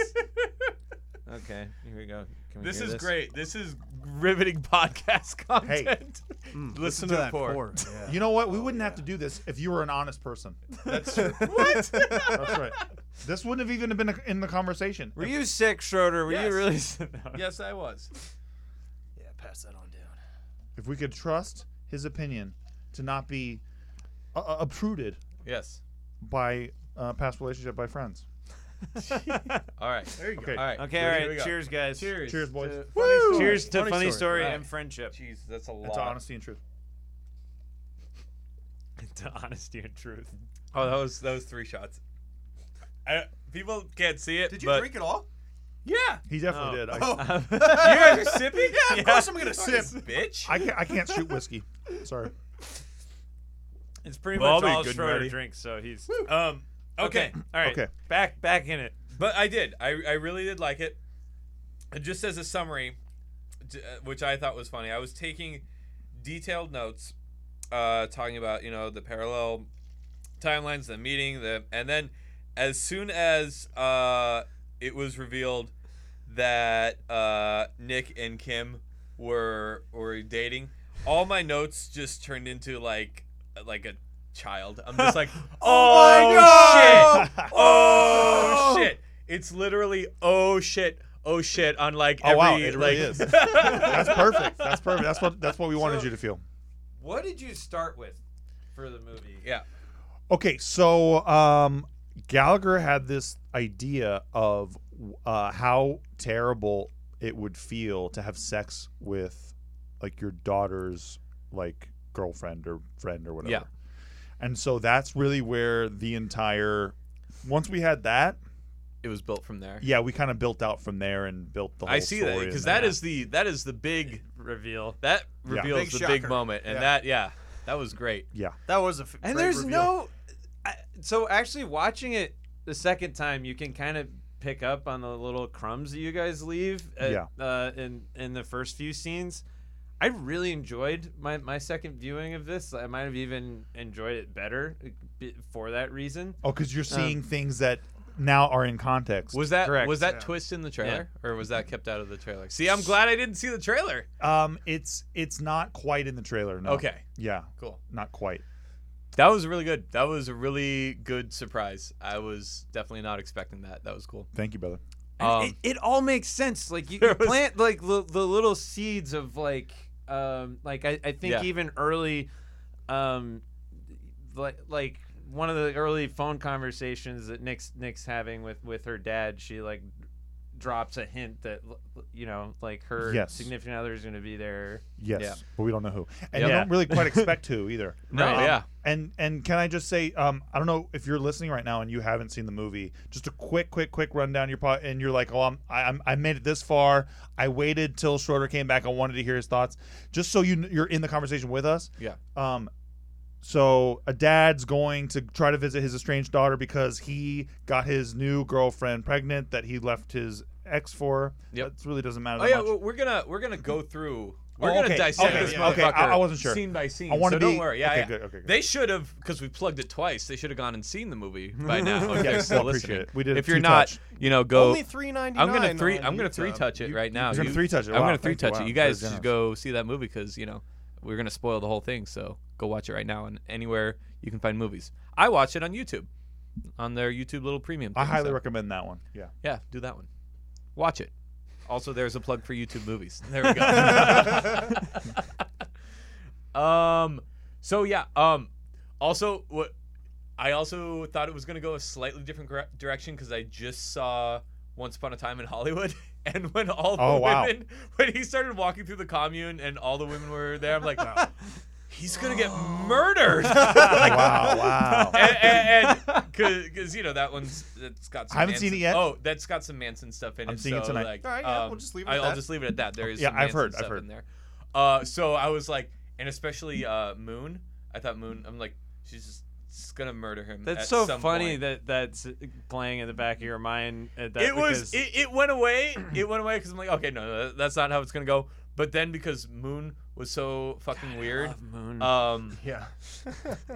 Okay, here we go. Can we this hear is great. This is riveting podcast content. listen, listen to, to the that pour. pour. You know what? We wouldn't have to do this if you were an honest person. That's true. what? That's right. this wouldn't have even been in the conversation. Were you sick, Schroeder? Were Yes. you really? No. yes, I was. Yeah, pass that on down. If we could trust his opinion to not be uh, uh, obtruded Yes. by uh, past relationship by friends. All right. There you go. Okay. All right. Okay, here all we right. go. Cheers, guys. Cheers. Cheers, boys. To, Woo! Cheers to Funny funny, story, story right. and friendship. Jeez, that's a lot. That's honesty and truth. to honesty and truth. Oh, that was those three shots. I, people can't see it. Did you but- drink it all? Yeah. He definitely did. I, Oh, You guys are sipping. yeah, of course I'm gonna sip. bitch. I can't, I can't shoot whiskey. Sorry. It's pretty Well, I'll much be all good and Schroeder ready. drinks, so he's um. okay. Okay. All right, Okay. back back in it. But I did. I, I really did like it. And just as a summary, d- uh, which I thought was funny, I was taking detailed notes, uh, talking about you know the parallel timelines, the meeting, the and then as soon as uh, it was revealed that uh, Nick and Kim were were dating, all my notes just turned into like like a child. I'm just like, oh, my God!" shit. Oh shit! It's literally oh shit, oh shit on like Oh, every wow, it really like. is. That's perfect. That's perfect. That's what that's what we wanted you to feel. What did you start with for the movie? yeah, Okay, so um, Gallagher had this idea of uh, how terrible it would feel to have sex with like your daughter's like girlfriend or friend or whatever. Yeah. And so that's really where the entire once we had that, it was built from there. yeah, we kind of built out from there and built the whole I see that story because and that is the that is the big Reveal. that Yeah. reveals Big the big shocker. moment and Yeah. that yeah that was great. That was a f- And great there's reveal. no. I, so actually, watching it the second time, you can kind of pick up on the little crumbs that you guys leave. At, Yeah. Uh, in in the first few scenes, I really enjoyed my my second viewing of this. I might have even enjoyed it better uh, b- for that reason. Oh, because you're seeing things that now are in context. Was that Correct. was that Yeah. twist in the trailer or was that kept out of the trailer? See, I'm glad I didn't see the trailer. um, it's it's not quite in the trailer. No. Okay, Yeah, cool. not quite. That was really good. That was a really good surprise. I was definitely not expecting that. That was cool. Thank you, brother. Um, it, it all makes sense. Like you, There you was- plant like the, the little seeds of like, um, like I, I think Yeah. even early, um, like like one of the early phone conversations that Nick's Nick's having with with her dad, she like drops a hint that you know like her Yes. significant other is going to be there. Yes, Yeah. but we don't know who, Yep. and you Yeah. don't really quite expect who either. no, Right. yeah, And and can I just say, um, I don't know if you're listening right now and you haven't seen the movie. Just a quick, quick, quick rundown. Your pot, and you're like, oh, I'm, I, I'm, I made it this far. I waited till Schroeder came back. I wanted to hear his thoughts, just so you kn- you're in the conversation with us. yeah. Um, so a dad's going to try to visit his estranged daughter because he got his new girlfriend pregnant that he left his ex for. Yep. That really doesn't matter. Oh that yeah, much. well, we're gonna we're gonna go through. We're Oh, gonna okay, dissect okay, this yeah, motherfucker. okay. I- I wasn't sure. Scene by scene. I wanna so don't be- worry. Yeah, okay, yeah. good, okay, good. They should have because we plugged it twice. They should have gone and seen the movie by now. If Yeah, they're well, still appreciate listening. it. We did a If you're not, two-touch. you know, go. Only three ninety I'm nine. gonna three. I'm gonna three touch it right now. You're gonna You- three touch it. I'm Wow, gonna thank you. three touch Wow, it. You guys very should generous. go see that movie because you know we're gonna spoil the whole thing. So go watch it right now and anywhere you can find movies. I watch it on YouTube, on their YouTube little premium. I thing, highly so- recommend that one. Yeah. Yeah, do that one. Watch it. Also, there's a plug for YouTube movies. There we go. um, so yeah. Um, also, what I also thought it was gonna go a slightly different gra- direction because I just saw Once Upon a Time in Hollywood, and when all the Oh, wow. women, when he started walking through the commune and all the women were there, I'm like, he's gonna get murdered. Like, wow. Wow. and because you know that one's that's got. Some I haven't seen Manson- it yet. Oh, that's got some Manson stuff in it. I'm seeing it so, tonight. Like, um, All right, yeah, we'll just leave it at I, will that. just leave it at that. There is. Yeah, some I've Manson heard, I've Stuff heard. In there. Uh, so I was like, and especially uh, Moon. I thought Moon. I'm like, she's just, just gonna murder him. That's at so some funny point. that that's playing in the back of your mind. At that it was. because- It, it went away. It went away because I'm like, okay, no, no, that's not how it's gonna go. But then because Moon was so fucking weird. Love Moon. Um, Yeah.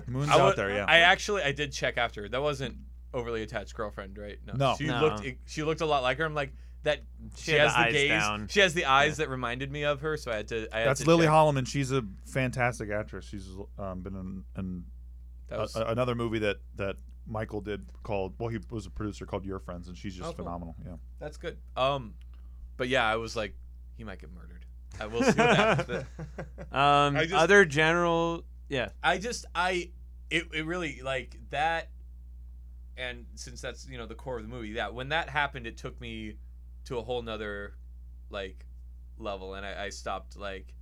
Moon's I out would- there. Yeah. I actually I did check after. her. That wasn't overly attached girlfriend, right? No. She No. looked e, she looked a lot like her. I'm like that. She, had has the the eyes gaze. down. She has the eyes that reminded me of her. So I had to. I had That's to Lily check. Holloman. She's a fantastic actress. She's um, been in, in That was, a- a- another movie that that Michael did called. Well, he was a producer called Your Friends, and she's just Oh, cool. phenomenal. Yeah. that's good. Um, but yeah, I was like, he might get murdered. I will see what happens. But um, I just- other general, yeah. I just I it, it really like that and since that's you know the core of the movie, yeah, when that happened, it took me to a whole nother like level, and I, I stopped like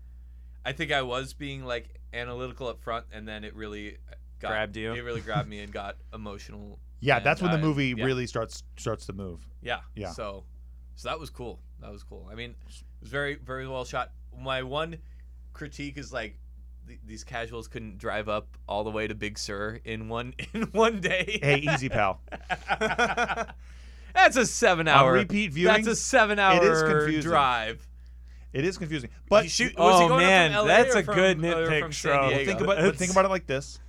I think I was being like analytical up front, and then it really uh, got, Grabbed you. It really grabbed me and got emotional. Yeah, And that's when the I- movie yeah. really starts starts to move. Yeah. Yeah. So, so that was cool. That was cool. I mean, it was very very well shot. My one critique is like th- these casuals couldn't drive up all the way to Big Sur in one in one day. Hey, easy pal. That's a seven On hour. repeat viewing, That's a seven hour confusing. drive. it is confusing. But He shoot- was he oh going up from man, LA that's or a good from- uh, or nitpick, from San Shro. Diego? think about but think about it like this: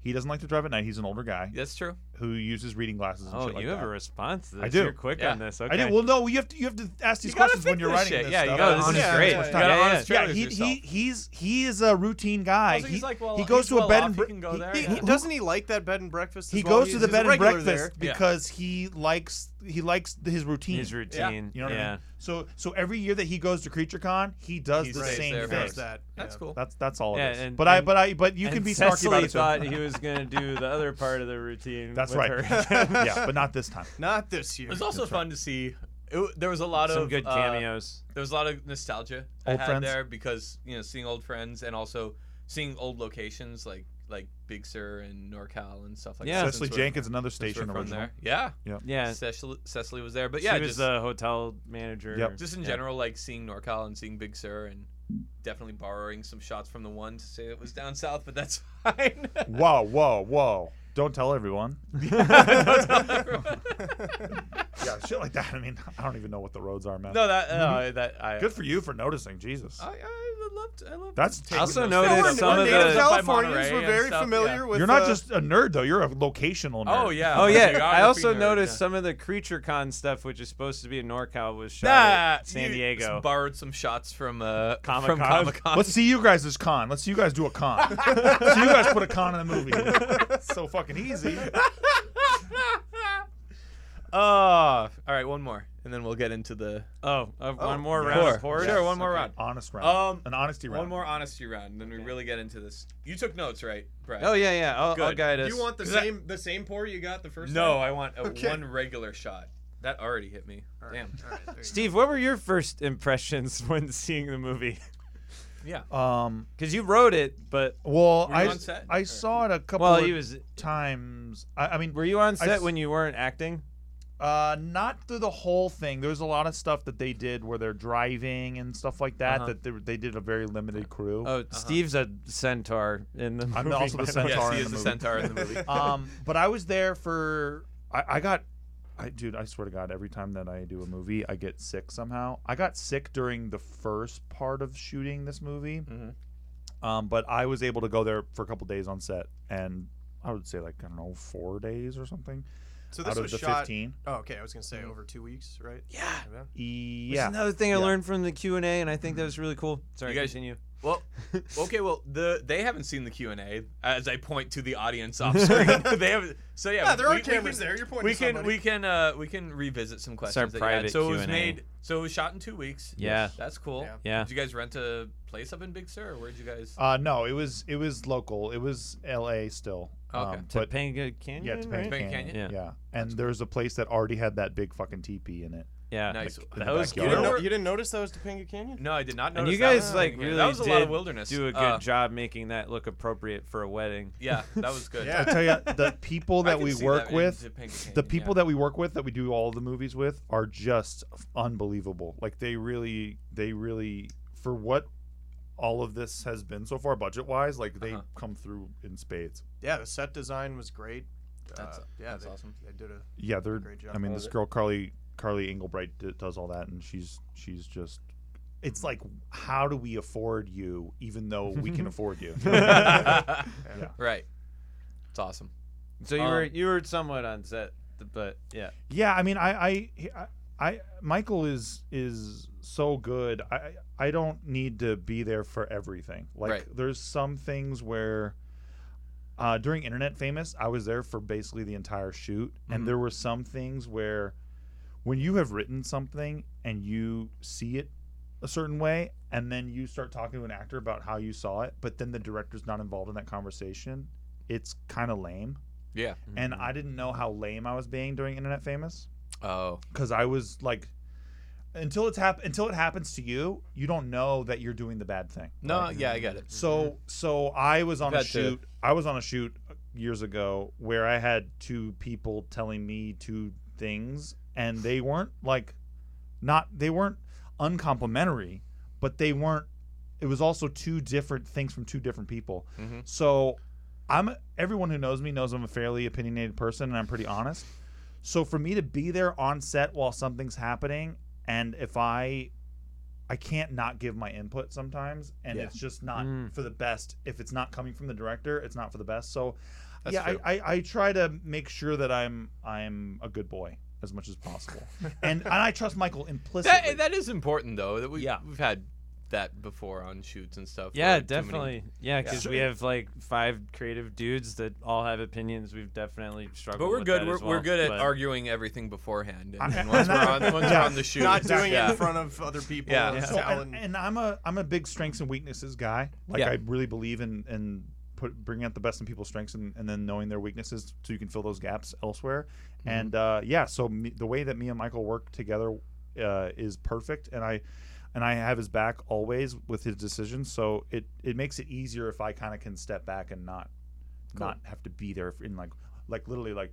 he doesn't like to drive at night. He's an older guy That's true. who uses reading glasses. And Oh, shit like you have that. a response. To this. I do. You're quick Yeah. on this. Okay. I did. Well, no, you have to you have to ask these You gotta questions when fix you're this writing shit. this Yeah, you stuff. gotta- this It's is not- great. it's You not- gotta yeah, honest yeah, trailers he, he yourself. he's he is a routine guy. Also, he, he's like, well, he goes he's to well a bed off, and he bre- can go he- there, he- yeah. who- Doesn't he like that bed and breakfast? he as well? goes He's- to the he's a bed and regular breakfast there. Yeah. because he likes he likes the, his routine. his routine. You know what yeah. I mean? So so every year that he goes to Creature Con, he does He the stays same there thing. He does first. that. That's yeah. cool. That's that's all Yeah, it is. and- but I and- but I but you can And be snarky Cecily about it. thought too. he was gonna do the other part of the routine. That's with right. her. yeah, but not this time. Not this year. It was also fun to see. It, w- there was a lot Some of good uh, cameos. there was a lot of nostalgia I Old had friends? there because you know seeing old friends and also seeing old locations like like Big Sur and NorCal and stuff like Yeah. that. Cecily since we're- Jenkins, another since we're station from original. there. Yeah, yeah. Cecily, Cecily was there, but she yeah, was just, the hotel manager. Yep. just in yeah. general, like seeing NorCal and seeing Big Sur and definitely borrowing some shots from the one to say it was down south, but that's fine. Whoa, whoa, whoa! Don't tell everyone. Don't tell everyone. yeah, shit like that. I mean, I don't even know what the roads are, man. no, that no, that I Good for you for noticing, Jesus. I, I loved I loved That's- taking Also those noticed Yeah, It is we're, photos. some of we're the- native by Californians Monterey were and very stuff, familiar yeah. with. you're not uh, just a nerd though. You're a locational nerd. Oh yeah. Oh my yeah, geography I also nerd, noticed yeah. some of the Creature Con stuff, which is supposed to be in NorCal, was shot Nah, at San you Diego. s- borrowed some shots from uh, Comic-Con. from Comic Con. Let's see you guys as con. Let's see you guys do a con. Let's see you guys put a con in the movie. It's so fucking easy. Uh, all right, one more, and then we'll get into the oh, uh, one more yeah. round Four. of porch. Sure, one more round. Honest round. Um, An honesty round. one more honesty round, and then we really get into this. You took notes, right, Brad? Oh yeah, yeah. I'll, I'll Good. guide Do us. you want the 'Cause I- same the same pour you got the first? No, time? I want a Okay. one regular shot. That already hit me. Damn. All right, there you go. Steve, what were your first impressions when seeing the movie? Um. Because you wrote it, but Well, Were you I on set? I Or- saw it a couple well, of he was. times. I, I mean, Were you on I set s- when you weren't acting? Uh, not through the whole thing. There was a lot of stuff that they did where they're driving and stuff like that. Uh-huh. That they, they did a very limited crew. Oh, Steve's a centaur in the movie. I'm also the by centaur. way. in Yes, the he is the movie. centaur in the movie. um, but I was there for. I, I got, I dude. I swear to God, every time that I do a movie, I get sick somehow. I got sick during the first part of shooting this movie, Mhm. Mm-hmm. um, but I was able to go there for a couple days on set, and I would say like I don't know four days or something So out this of was the shot. fifteen. Oh, okay. I was gonna say over two weeks, right? Yeah. Which is Yeah, another thing I Yeah. learned from the Q and A, and I think that was really cool. Sorry, You guys- continue. Well, okay. Well, the they haven't seen the Q and A as I point to the audience off screen. they have. So yeah, Yeah, there we- are we can- cameras there. You're pointing. we to can somebody. we can uh we can revisit some questions our that you had. private so it was Q&A. made so it was shot in two weeks Yeah. that's cool Yeah. Yeah. Oh, did you guys rent a place up in big sur or where'd you guys Uh, no, it was it was local. It was L.A. still. Okay. Um, but Topanga Canyon. yeah, right? Topanga Canyon. Canyon? Yeah, Yeah. and there's a place that already had that big fucking teepee in it. Yeah. nice in the That was You backyard. didn't, know, Where- you didn't notice that was Topanga Canyon? no i did not know And you guys like really that was a did lot of wilderness do a good Uh, job making that look appropriate for a wedding. yeah that was good I Yeah. tell you, the people I that can we see work that in with, Topanga the Canyon, people yeah. that we work with, that we do all the movies with, are just f- unbelievable. Like they really, they really, for what all of this has been so far, budget wise, like they Uh-huh. come through in spades. Yeah, the set design was great. That's- uh, yeah, that's they, awesome. They did a Yeah, they're. Great job. I mean, Love this it. girl Carly Carly Engelbright d- does all that, and she's she's just. It's like, how do we afford you, even though we can afford you? Yeah. right it's awesome So you were Um, you were somewhat on set, but yeah. Yeah, I mean, I, I, I, I Michael is is so good. I, I don't need to be there for everything. Like, Right. there's some things where, uh, during Internet Famous, I was there for basically the entire shoot, Mhm. and there were some things where, when you have written something and you see it a certain way, and then you start talking to an actor about how you saw it, but then the director's not involved in that conversation, it's kind of lame. Yeah. and Mm-hmm. I didn't know how lame I was being during Internet Famous Oh. because I was like, until it's hap- until it happens to you, you don't know that you're doing the bad thing. No. mm-hmm. yeah, I got it. So so I was on a Got to- shoot. I was on a shoot uh, years ago where I had two people telling me two things, and they weren't like, not they weren't uncomplimentary, but they weren't. It was also two different things from two different people. Mhm. So I'm everyone who knows me knows I'm a fairly opinionated person, and I'm pretty honest. So for me to be there on set while something's happening, and if I I can't not give my input sometimes, and Yeah. it's just not Mm. for the best. If it's not coming from the director, it's not for the best. So, That's yeah, true. I, I, I try to make sure that I'm I'm a good boy as much as possible, and and I trust Michael implicitly. That, that is important though. That we Yeah. we've had that before on shoots and stuff. Yeah, where too many- definitely. Yeah, because Sure. we have like five creative dudes that all have opinions. We've definitely struggled. But we're with good. that We're, as well, we're good at but- arguing everything beforehand, and, I- and once we're on once we're Yeah. on the shoot, Not it's- doing it yeah. in front of other people. Yeah. and Yeah. So, telling- and, and I'm a I'm a big strengths and weaknesses guy. Like Yeah. I really believe in in put, bringing out the best in people's strengths and, and then knowing their weaknesses so you can fill those gaps elsewhere. And uh, yeah, so me, the way that me and Michael work together uh, is perfect, and I and I have his back always with his decisions. So it it makes it easier if I kind of can step back and not not have to be there in like like literally like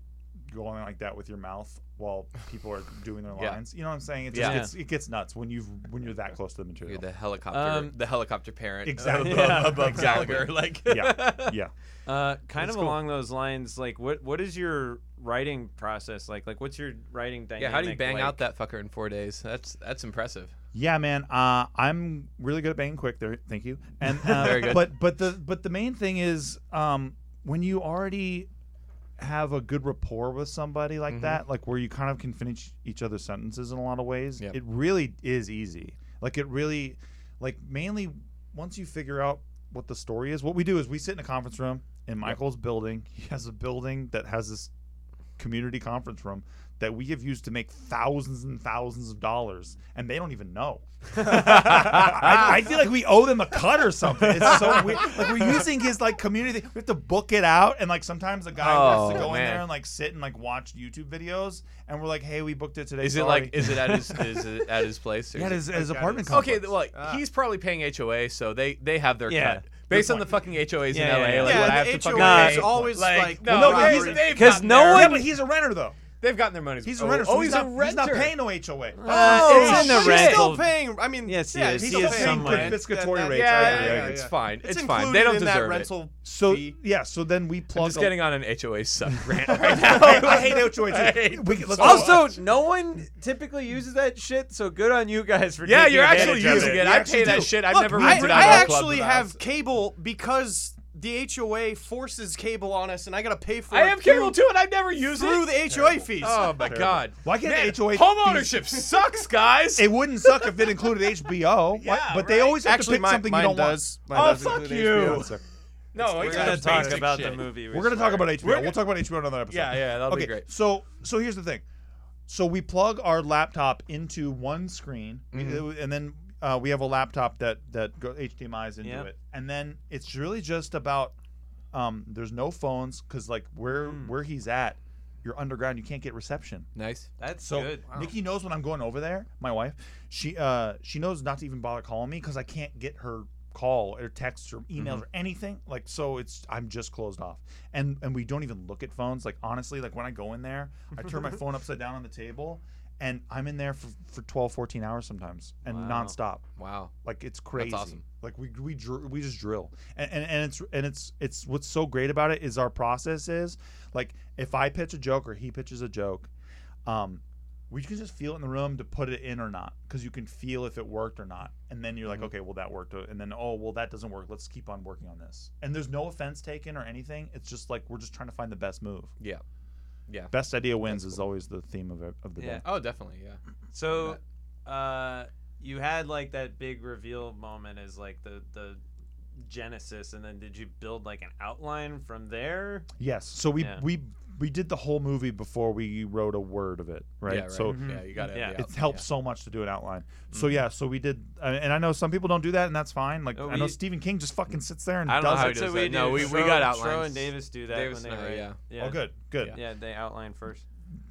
going like that with your mouth while people are doing their Yeah. lines. You know what I'm saying? It just Yeah. gets it gets nuts when you've when you're that close to the material. You're the helicopter, Um, the helicopter parent, Exactly. Above, Yeah. above Exactly. Gallagher, like Yeah. yeah. Uh, kind That's of cool. along those lines. Like, what what is your writing process like? Like, what's your writing dynamic? Yeah, how do you bang like? out that fucker in four days? That's that's impressive. Yeah, man. Uh, I'm really good at banging quick. There, thank you. And uh, Very good. But but the but the main thing is um, when you already have a good rapport with somebody like Mhm. that, like where you kind of can finish each other's sentences in a lot of ways. Yep. It really is easy. Like it really, like mainly once you figure out what the story is. What we do is we sit in a conference room in Michael's building. He has a building that has this community conference room that we have used to make thousands and thousands of dollars, and they don't even know. I, I feel like we owe them a cut or something. It's so weird. Like we're using his like community. We have to book it out, and like sometimes a guy wants to Oh, go in man. there and like sit and like watch YouTube videos, and we're like, "Hey, we booked it today." Is it sorry." like is it at his is it at his place? or yeah, is it- his, his Like, apartment that is- complex? okay, well he's probably paying HOA, so they they have their Yeah. cut based on point. the fucking HOAs in Yeah, LA. yeah, Like yeah. what I Yeah, have the to fucking HOA is pay. always, like, no, no, but he's- they've, they've 'cause gotten no their- one- yeah, but he's a renter though. they've gotten their money. He's a renter. so Oh, he's, he's, not, a He's not renter. Oh, paying no HOA. Uh, Oh, it's in But the he's rental. still paying. I mean, Yes, he yeah, is. he's He still is paying somewhere. Confiscatory rates, I Yeah, that- that- agree, yeah, I yeah, agree. it's fine. It's, fine. included They don't in that deserve it. rental so fee. yeah, so then we I'm plug. just a- getting on an HOA suck rant right now. I, I hate HOA too. I hate We can- let's go- Also, no one typically uses that shit, so good on you guys for Yeah, taking you're actually advantage of using it. it. You I actually pay that do. shit. I've Look, never I, rented out. I a club actually without- have cable because the HOA forces cable on us, and I gotta pay for I it have cable through- too, and I've never used it. through the HOA fees. Oh my god! Why can't Man, HOA home ownership sucks, guys? It wouldn't suck if it included HBO, Why- Yeah, but they right. always have Actually, to pick mine, something mine you don't does. Mine Oh, does fuck include you. HBO. no, We're it's gonna just talk basic about shit. the movie. we We're gonna talk swear. about HBO. We're We'll talk about HBO in another episode. Yeah, yeah, that'll okay, be great. So, so here's the thing. So we plug our laptop into one screen, and then uh, we have a laptop that that go, HDMI's into Yeah. it, and then it's really just about. Um, there's no phones because like where where he's at, you're underground. You can't get reception. Nice. That's So good. Nikki knows when I'm going over there. My wife, she uh she knows not to even bother calling me because I can't get her call or text or emails Mm-hmm. or anything. Like so, it's I'm just closed off, and and we don't even look at phones. Like honestly, like when I go in there, I turn my phone upside down on the table, and I'm in there for for 12, 14 hours sometimes and Wow. nonstop. Wow. Like it's crazy. awesome. Like we we dr- we just drill, and, and and it's and it's it's what's so great about it is our process is like if I pitch a joke or he pitches a joke, um, we can just feel it in the room to put it in or not because you can feel if it worked or not, and then you're like, Mm-hmm. okay, well that worked, and then oh well that doesn't work. Let's keep on working on this. And there's no offense taken or anything. It's just like we're just trying to find the best move. Yeah. Yeah. Best idea wins is always the theme of it- of the Yeah. day. Oh, definitely. Yeah. So, uh, you had like that big reveal moment as like the the genesis, and then did you build like an outline from there? Yes. So we Yeah. we we did the whole movie before we wrote a word of it, right? Yeah, right. So Mm-hmm. yeah, Mm-hmm. you got to Yeah. it helps so much to do an outline. So yeah, so we did, uh, and I know some people don't do that, and that's fine. Like Oh, I know we- Stephen King just fucking sits there and I don't know does how it. he does so we that. No, do. we- we Stroh- got Stroh outlines. and Davis do that Davis when they and I, write. yeah. yeah. Oh, good, good. Yeah, they outline first.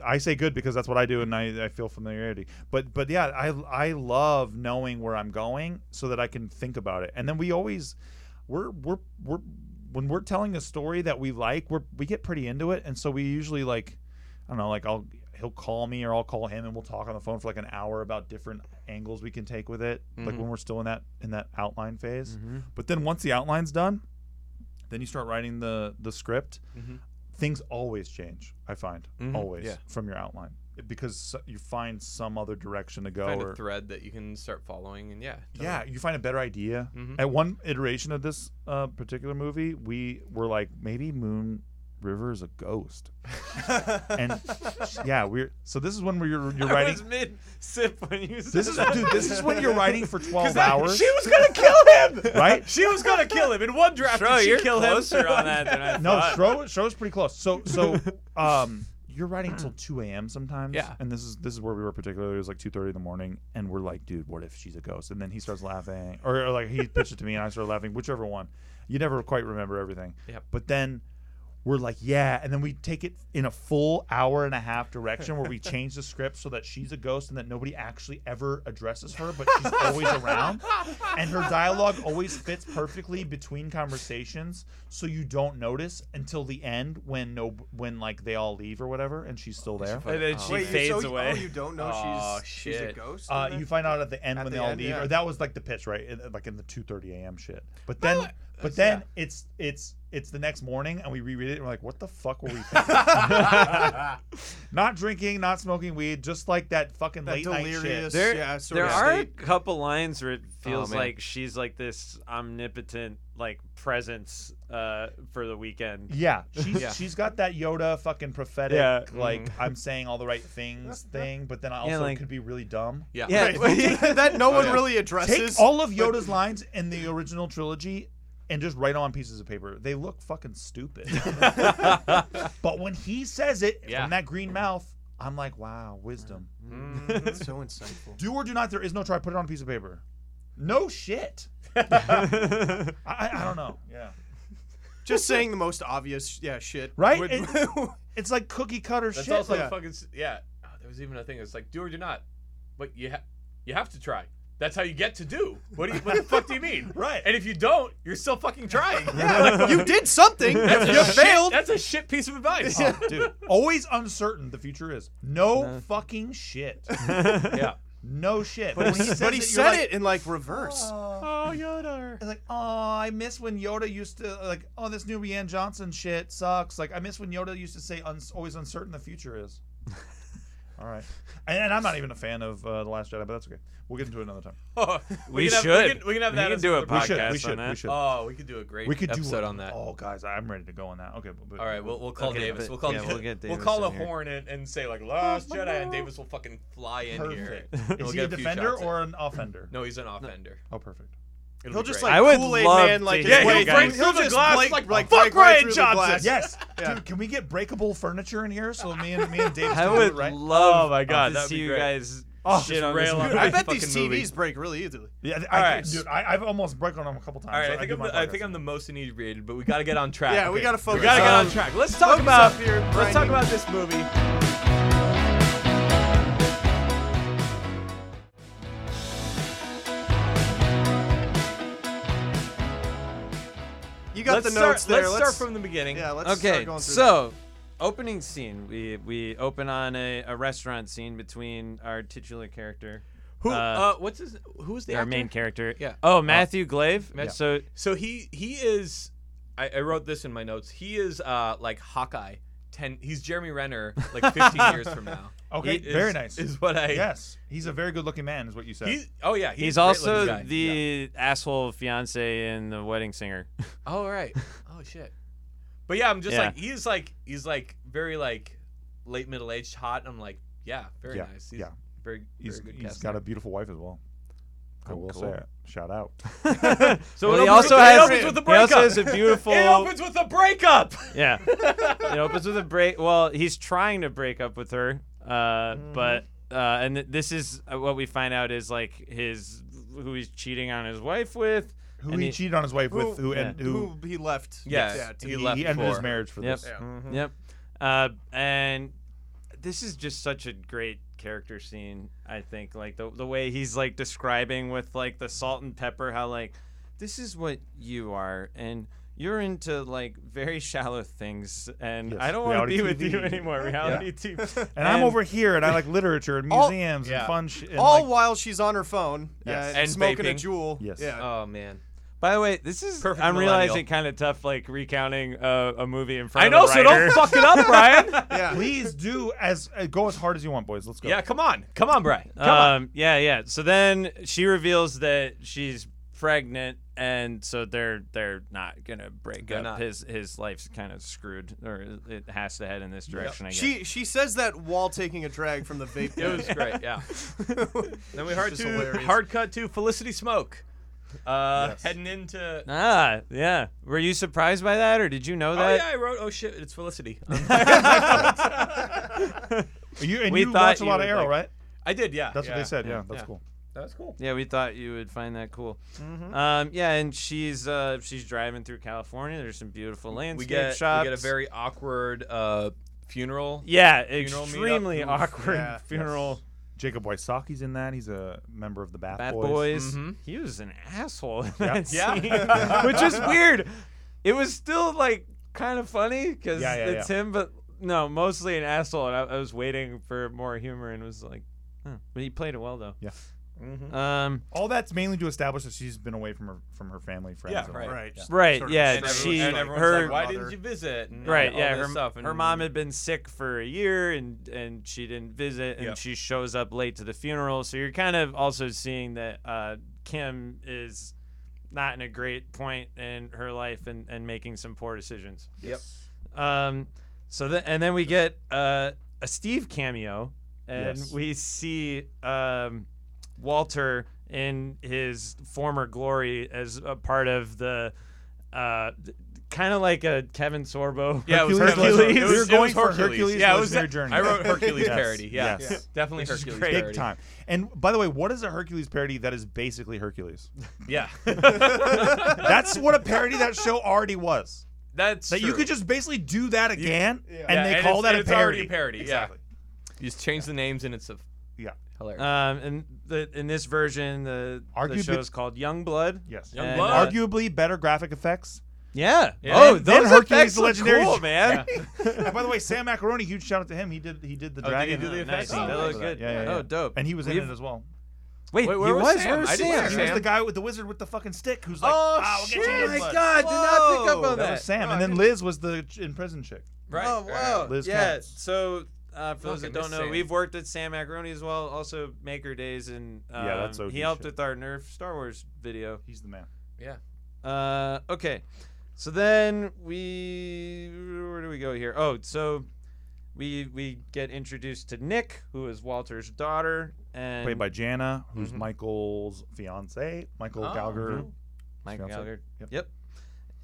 I say good because that's what I do, and I, I feel familiarity. But but yeah, I I love knowing where I'm going so that I can think about it. And then we always we're we're we're when we're telling a story that we like, we're we get pretty into it, and so we usually like I don't know, like I'll he'll call me or I'll call him, and we'll talk on the phone for like an hour about different angles we can take with it, like when we're still in that in that outline phase. But then once the outline's done, then you start writing the the script. Things always change. I find Mhm, always yeah. from your outline because you find some other direction to go. Find or, a thread that you can start following, and yeah. totally. yeah, you find a better idea. Mhm. At one iteration of this uh, particular movie, we were like, maybe Moon River is a ghost, and yeah, we're so this is when we you're, you're I writing. was mid sip when you said This is that. dude. This is when you're writing for twelve hours, She was gonna kill him. right? She was gonna kill him in one draft. Bro, did she you're kill closer him? on that than I No, thought. Shro Shro's pretty close. So so um you're riding till two AM sometimes. Hmm. Yeah. And this is this is where we were particularly it was like two thirty in the morning and we're like, dude, what if she's a ghost? And then he starts laughing. Or, or, like he pitched it to me and I started laughing, whichever one. You never quite remember everything. Yep. But then we're like, yeah, and then we take it in a full hour and a half direction where we change the script so that she's a ghost and that nobody actually ever addresses her, but she's always around. And her dialogue always fits perfectly between conversations, so you don't notice until the end when no when like they all leave or whatever and she's still there. And then she Wait, fades you, so you- away. Oh, you don't know Aw, she's she's a shit. ghost. Uh, in there? you find out at the end At when the they all end, leave, yeah. or that was like the pitch, right? In- Like in the two thirty a.m. shit. But then, but then it's it's it's the next morning, and we reread it, and we're like, "What the fuck were we thinking? not drinking, not smoking weed, just like that fucking that late night shit." delirious. There, yeah, sort there of are a state. couple lines where it feels man. like she's like this omnipotent like presence uh, for the weekend. Yeah, she's Yeah. she's got that Yoda fucking prophetic, Yeah. Mm-hmm. like I'm saying all the right things thing, but then I also like- could be really dumb. Yeah. that no one yeah. really Take addresses. all of Yoda's lines in the original trilogy and just write on pieces of paper. They look fucking stupid. but when he says it Yeah. from that green mouth, I'm like, wow, wisdom. That's so insightful. Do or do not, there is no try. Put it on a piece of paper. No shit. I, I, I don't know. Yeah. Just saying the most obvious, yeah, shit. Right? would- It- It's like cookie cutter That's shit. also like- fucking s- yeah. Oh, there was even a thing. It's like do or do not, but you ha- you have to try. That's how you get to do. What do you? What the fuck do you mean? Right. And if you don't, you're still fucking trying. Yeah, like, you did something. That's a you shit- failed. That's a shit piece of advice. Oh, dude, always uncertain the future is. No, fucking shit. Oh, yeah. No shit. but when he, says but he it, you're said like, it in like reverse. "Oh." Oh, Yoda. It's like, oh, I miss when Yoda used to like, oh, this new Rian Johnson shit sucks. Like, I miss when Yoda used to say, "Uns always uncertain the future is." All right, and, and I'm not even a fan of uh, the Last Jedi, but that's okay. We'll get into it another time. Oh, We, can have- should. we, can, we can have that. as do a another podcast We should, we should, on that. we should. Oh, we could do a great we could episode do on that. Oh, guys, I'm ready to go on that. Okay, but, but All right, we'll, we'll call Okay, Davis. but- We'll call yeah, we'll get we'll Davis call a in here. horn and, and say like Last Jedi, and Davis will fucking fly in here. perfect. We'll Is he get a few defender shots in. or an offender? No, he's an offender. Oh, perfect. It'll He'll be just great. like I would Kool-Aid love man, to like hear Yeah, you wait, guys- he'll through the just glass, blink- like, like fuck break right Ryan through the Johnson. glass. Yes, Yeah. dude. Can we get breakable furniture in here so me and me and Dave I can do would it right? love Oh my God, to that'd see be you great. guys Oh, shit just on rail this on movie. it. I bet fucking these TVs movie. break really easily. Yeah, I, All I, right. dude, I, I've almost broken on them a couple times. All right, so I think do I'm my the, I podcast. think I'm the most inebriated, but we gotta get on track. Yeah, we gotta We focus. gotta get Um, on track. Let's talk focus about up here, let's talk grinding. about this movie. You got let's the start, notes there. Let's, start from the beginning. yeah. Let's Okay, start going through so opening scene. We we open on a, a restaurant scene between our titular character, Who? Uh, Uh, what's his? Who's the our actor? main character. Yeah. Oh, Matthew Glaive. Matthew- So So he he is. I, I wrote this in my notes. He is uh like Hawkeye. Ten. He's Jeremy Renner. Like 15 years from now. Okay, He is- very nice. Is what I. yes, he's a very good-looking man, is what you said. He, oh yeah. he's He's, a great also looking guy. the asshole fiance in The Wedding Singer. Oh right. Oh shit. But yeah, I'm just Yeah. like he's like he's like very like late middle aged hot. And I'm like yeah, very Yeah, nice. He's yeah. Very He's- very good he's cast got a there. beautiful wife as well. I will say it. Shout out. So Well, it he opens also with, has it opens with a he breakup. also has a beautiful it opens with a breakup. yeah. It opens with a break. Well, he's trying to break up with her, uh, but uh, and th- this is uh, what we find out is like his who he's cheating on his wife with. Who and he, cheated on his wife with? Who and yeah. who? Who he left? Yes, Yeah, to he be- left He ended his for- marriage for Yep. this. Yeah. Mm-hmm. Yep. Uh, and this is just such a great character scene. I think like the the way he's like describing with like the salt and pepper how like this is what you are and. You're into like very shallow things, and Yes, I don't want to reality be with you TV. anymore. Reality TV, and, And, I'm over here, and I like literature and All- museums yeah. and fun. Sh- and All like, while she's on her phone Yes. and, And smoking a vaping. jewel. Yes. Yeah. Oh man. By the way, this is Perfect I'm millennial. realizing kind of tough, like recounting a, a movie in front I know, of a so writer. don't fuck it up, Brian. yeah. please do as uh, go as hard as you want, boys. Let's go. yeah, come on, come on, Brian. Come on. um, yeah, yeah. So then she reveals that she's pregnant, and so they're they're not gonna break They're up. not. His his life's kind of screwed, or it has to head in this direction. I guess. She she says that while taking a drag from the vape. It was great, yeah. pen. Then we hard Just to hilarious. hard cut to Felicity Smoke, uh, Yes. heading into. ah, yeah. Were you surprised by that, or did you know Oh that? yeah, I wrote. Oh shit, it's Felicity. Um, You and We you thought watch a you lot of would Arrow, like- right? I did, yeah. That's what yeah. they said. Yeah, that's yeah. cool. That was cool. Yeah, we thought you would find that cool. Um, yeah, and she's uh, she's driving through California. There's some beautiful landscape We get shots. we get a very awkward uh, funeral. yeah, funeral meetup. extremely Oof, awkward yeah. funeral. Jacob Wysocki's in that. He's a member of the Bath, Bat Boys. Boys. Mhm. He was an asshole in that Yeah. scene, which is weird. It was still like kind of funny because Yeah, yeah, it's him, but no, mostly an asshole. And I, I was waiting for more humor and was like, huh. but he played it well though. Yeah. Um. All that's mainly to establish that she's been away from her from her family, friends. Yeah, and all right. that. Right. just Right, sort of yeah, And, strange, she- everyone, and like, everyone's her- like, "Why didn't mother. you visit?" And Right. all yeah. this Her, stuff. And her mom had been sick for a year, and and she didn't visit, and Yep. she shows up late to the funeral. So you're kind of also seeing that uh, Kim is not in a great point in her life and and making some poor decisions. Yep. Um. So then and then we get uh, a Steve cameo, and Yes. we see um, Walter in his former glory as a part of the. Uh, kind of like a Kevin Sorbo. Yeah, it was Hercules. Hercules. Hercules. It was, We were it going was for Hercules. Hercules Yeah, it was Legendary Journey. I wrote Hercules Yes, parody. Yeah, yes. Yeah. definitely Which is Hercules big parody. time. And by the way, what is a Hercules parody that is basically Hercules? Yeah, That's what a parody that show already was. that's That you true. could just basically do that again, yeah. and Yeah, they and call it's- that and a it's parody. already a parody. Exactly. Yeah, you just change the names and it's a Yeah. hilarious. Um, and the, in this version, the, the Arguably- show is called Young Blood. Yes. Young And, Blood. uh, Arguably better graphic effects. yeah. Yeah. Oh, And- those and Hercules effects look Legendary- cool, man. And by the way, Sam Macaroni, huge shout out to him. He did he did the Oh, did he dragon. do the Oh, effects? nice. Oh, that nice. looked good. Yeah, yeah, yeah. Oh, dope. and he was in We've- it as well. Wait, Wait, he where was was. Sam? Where was I didn't see Sam? He Sam. was the guy with the wizard with the fucking stick who's like, Oh, "Ah, we'll get you in shit. your my blood." God, did not pick up on That was Sam. And then Liz was the ch- in prison chick. right. Oh, wow. Liz yeah. Counts. So, uh, for those Fuck, that I don't miss know, Sam. we've worked at Sam Macaroni as well, also Maker Days, and um, Yeah, that's OG he helped shit. with our Nerf Star Wars video. He's the man. Uh, okay. So then we where do we go here? Oh, so we we get introduced to Nick, who is Walter's daughter, and Played by Jana, who's Mhm. Michael's fiance, Michael Oh, Gallagher. mhm. Mike fiance. Gallagher. Yep. Yep.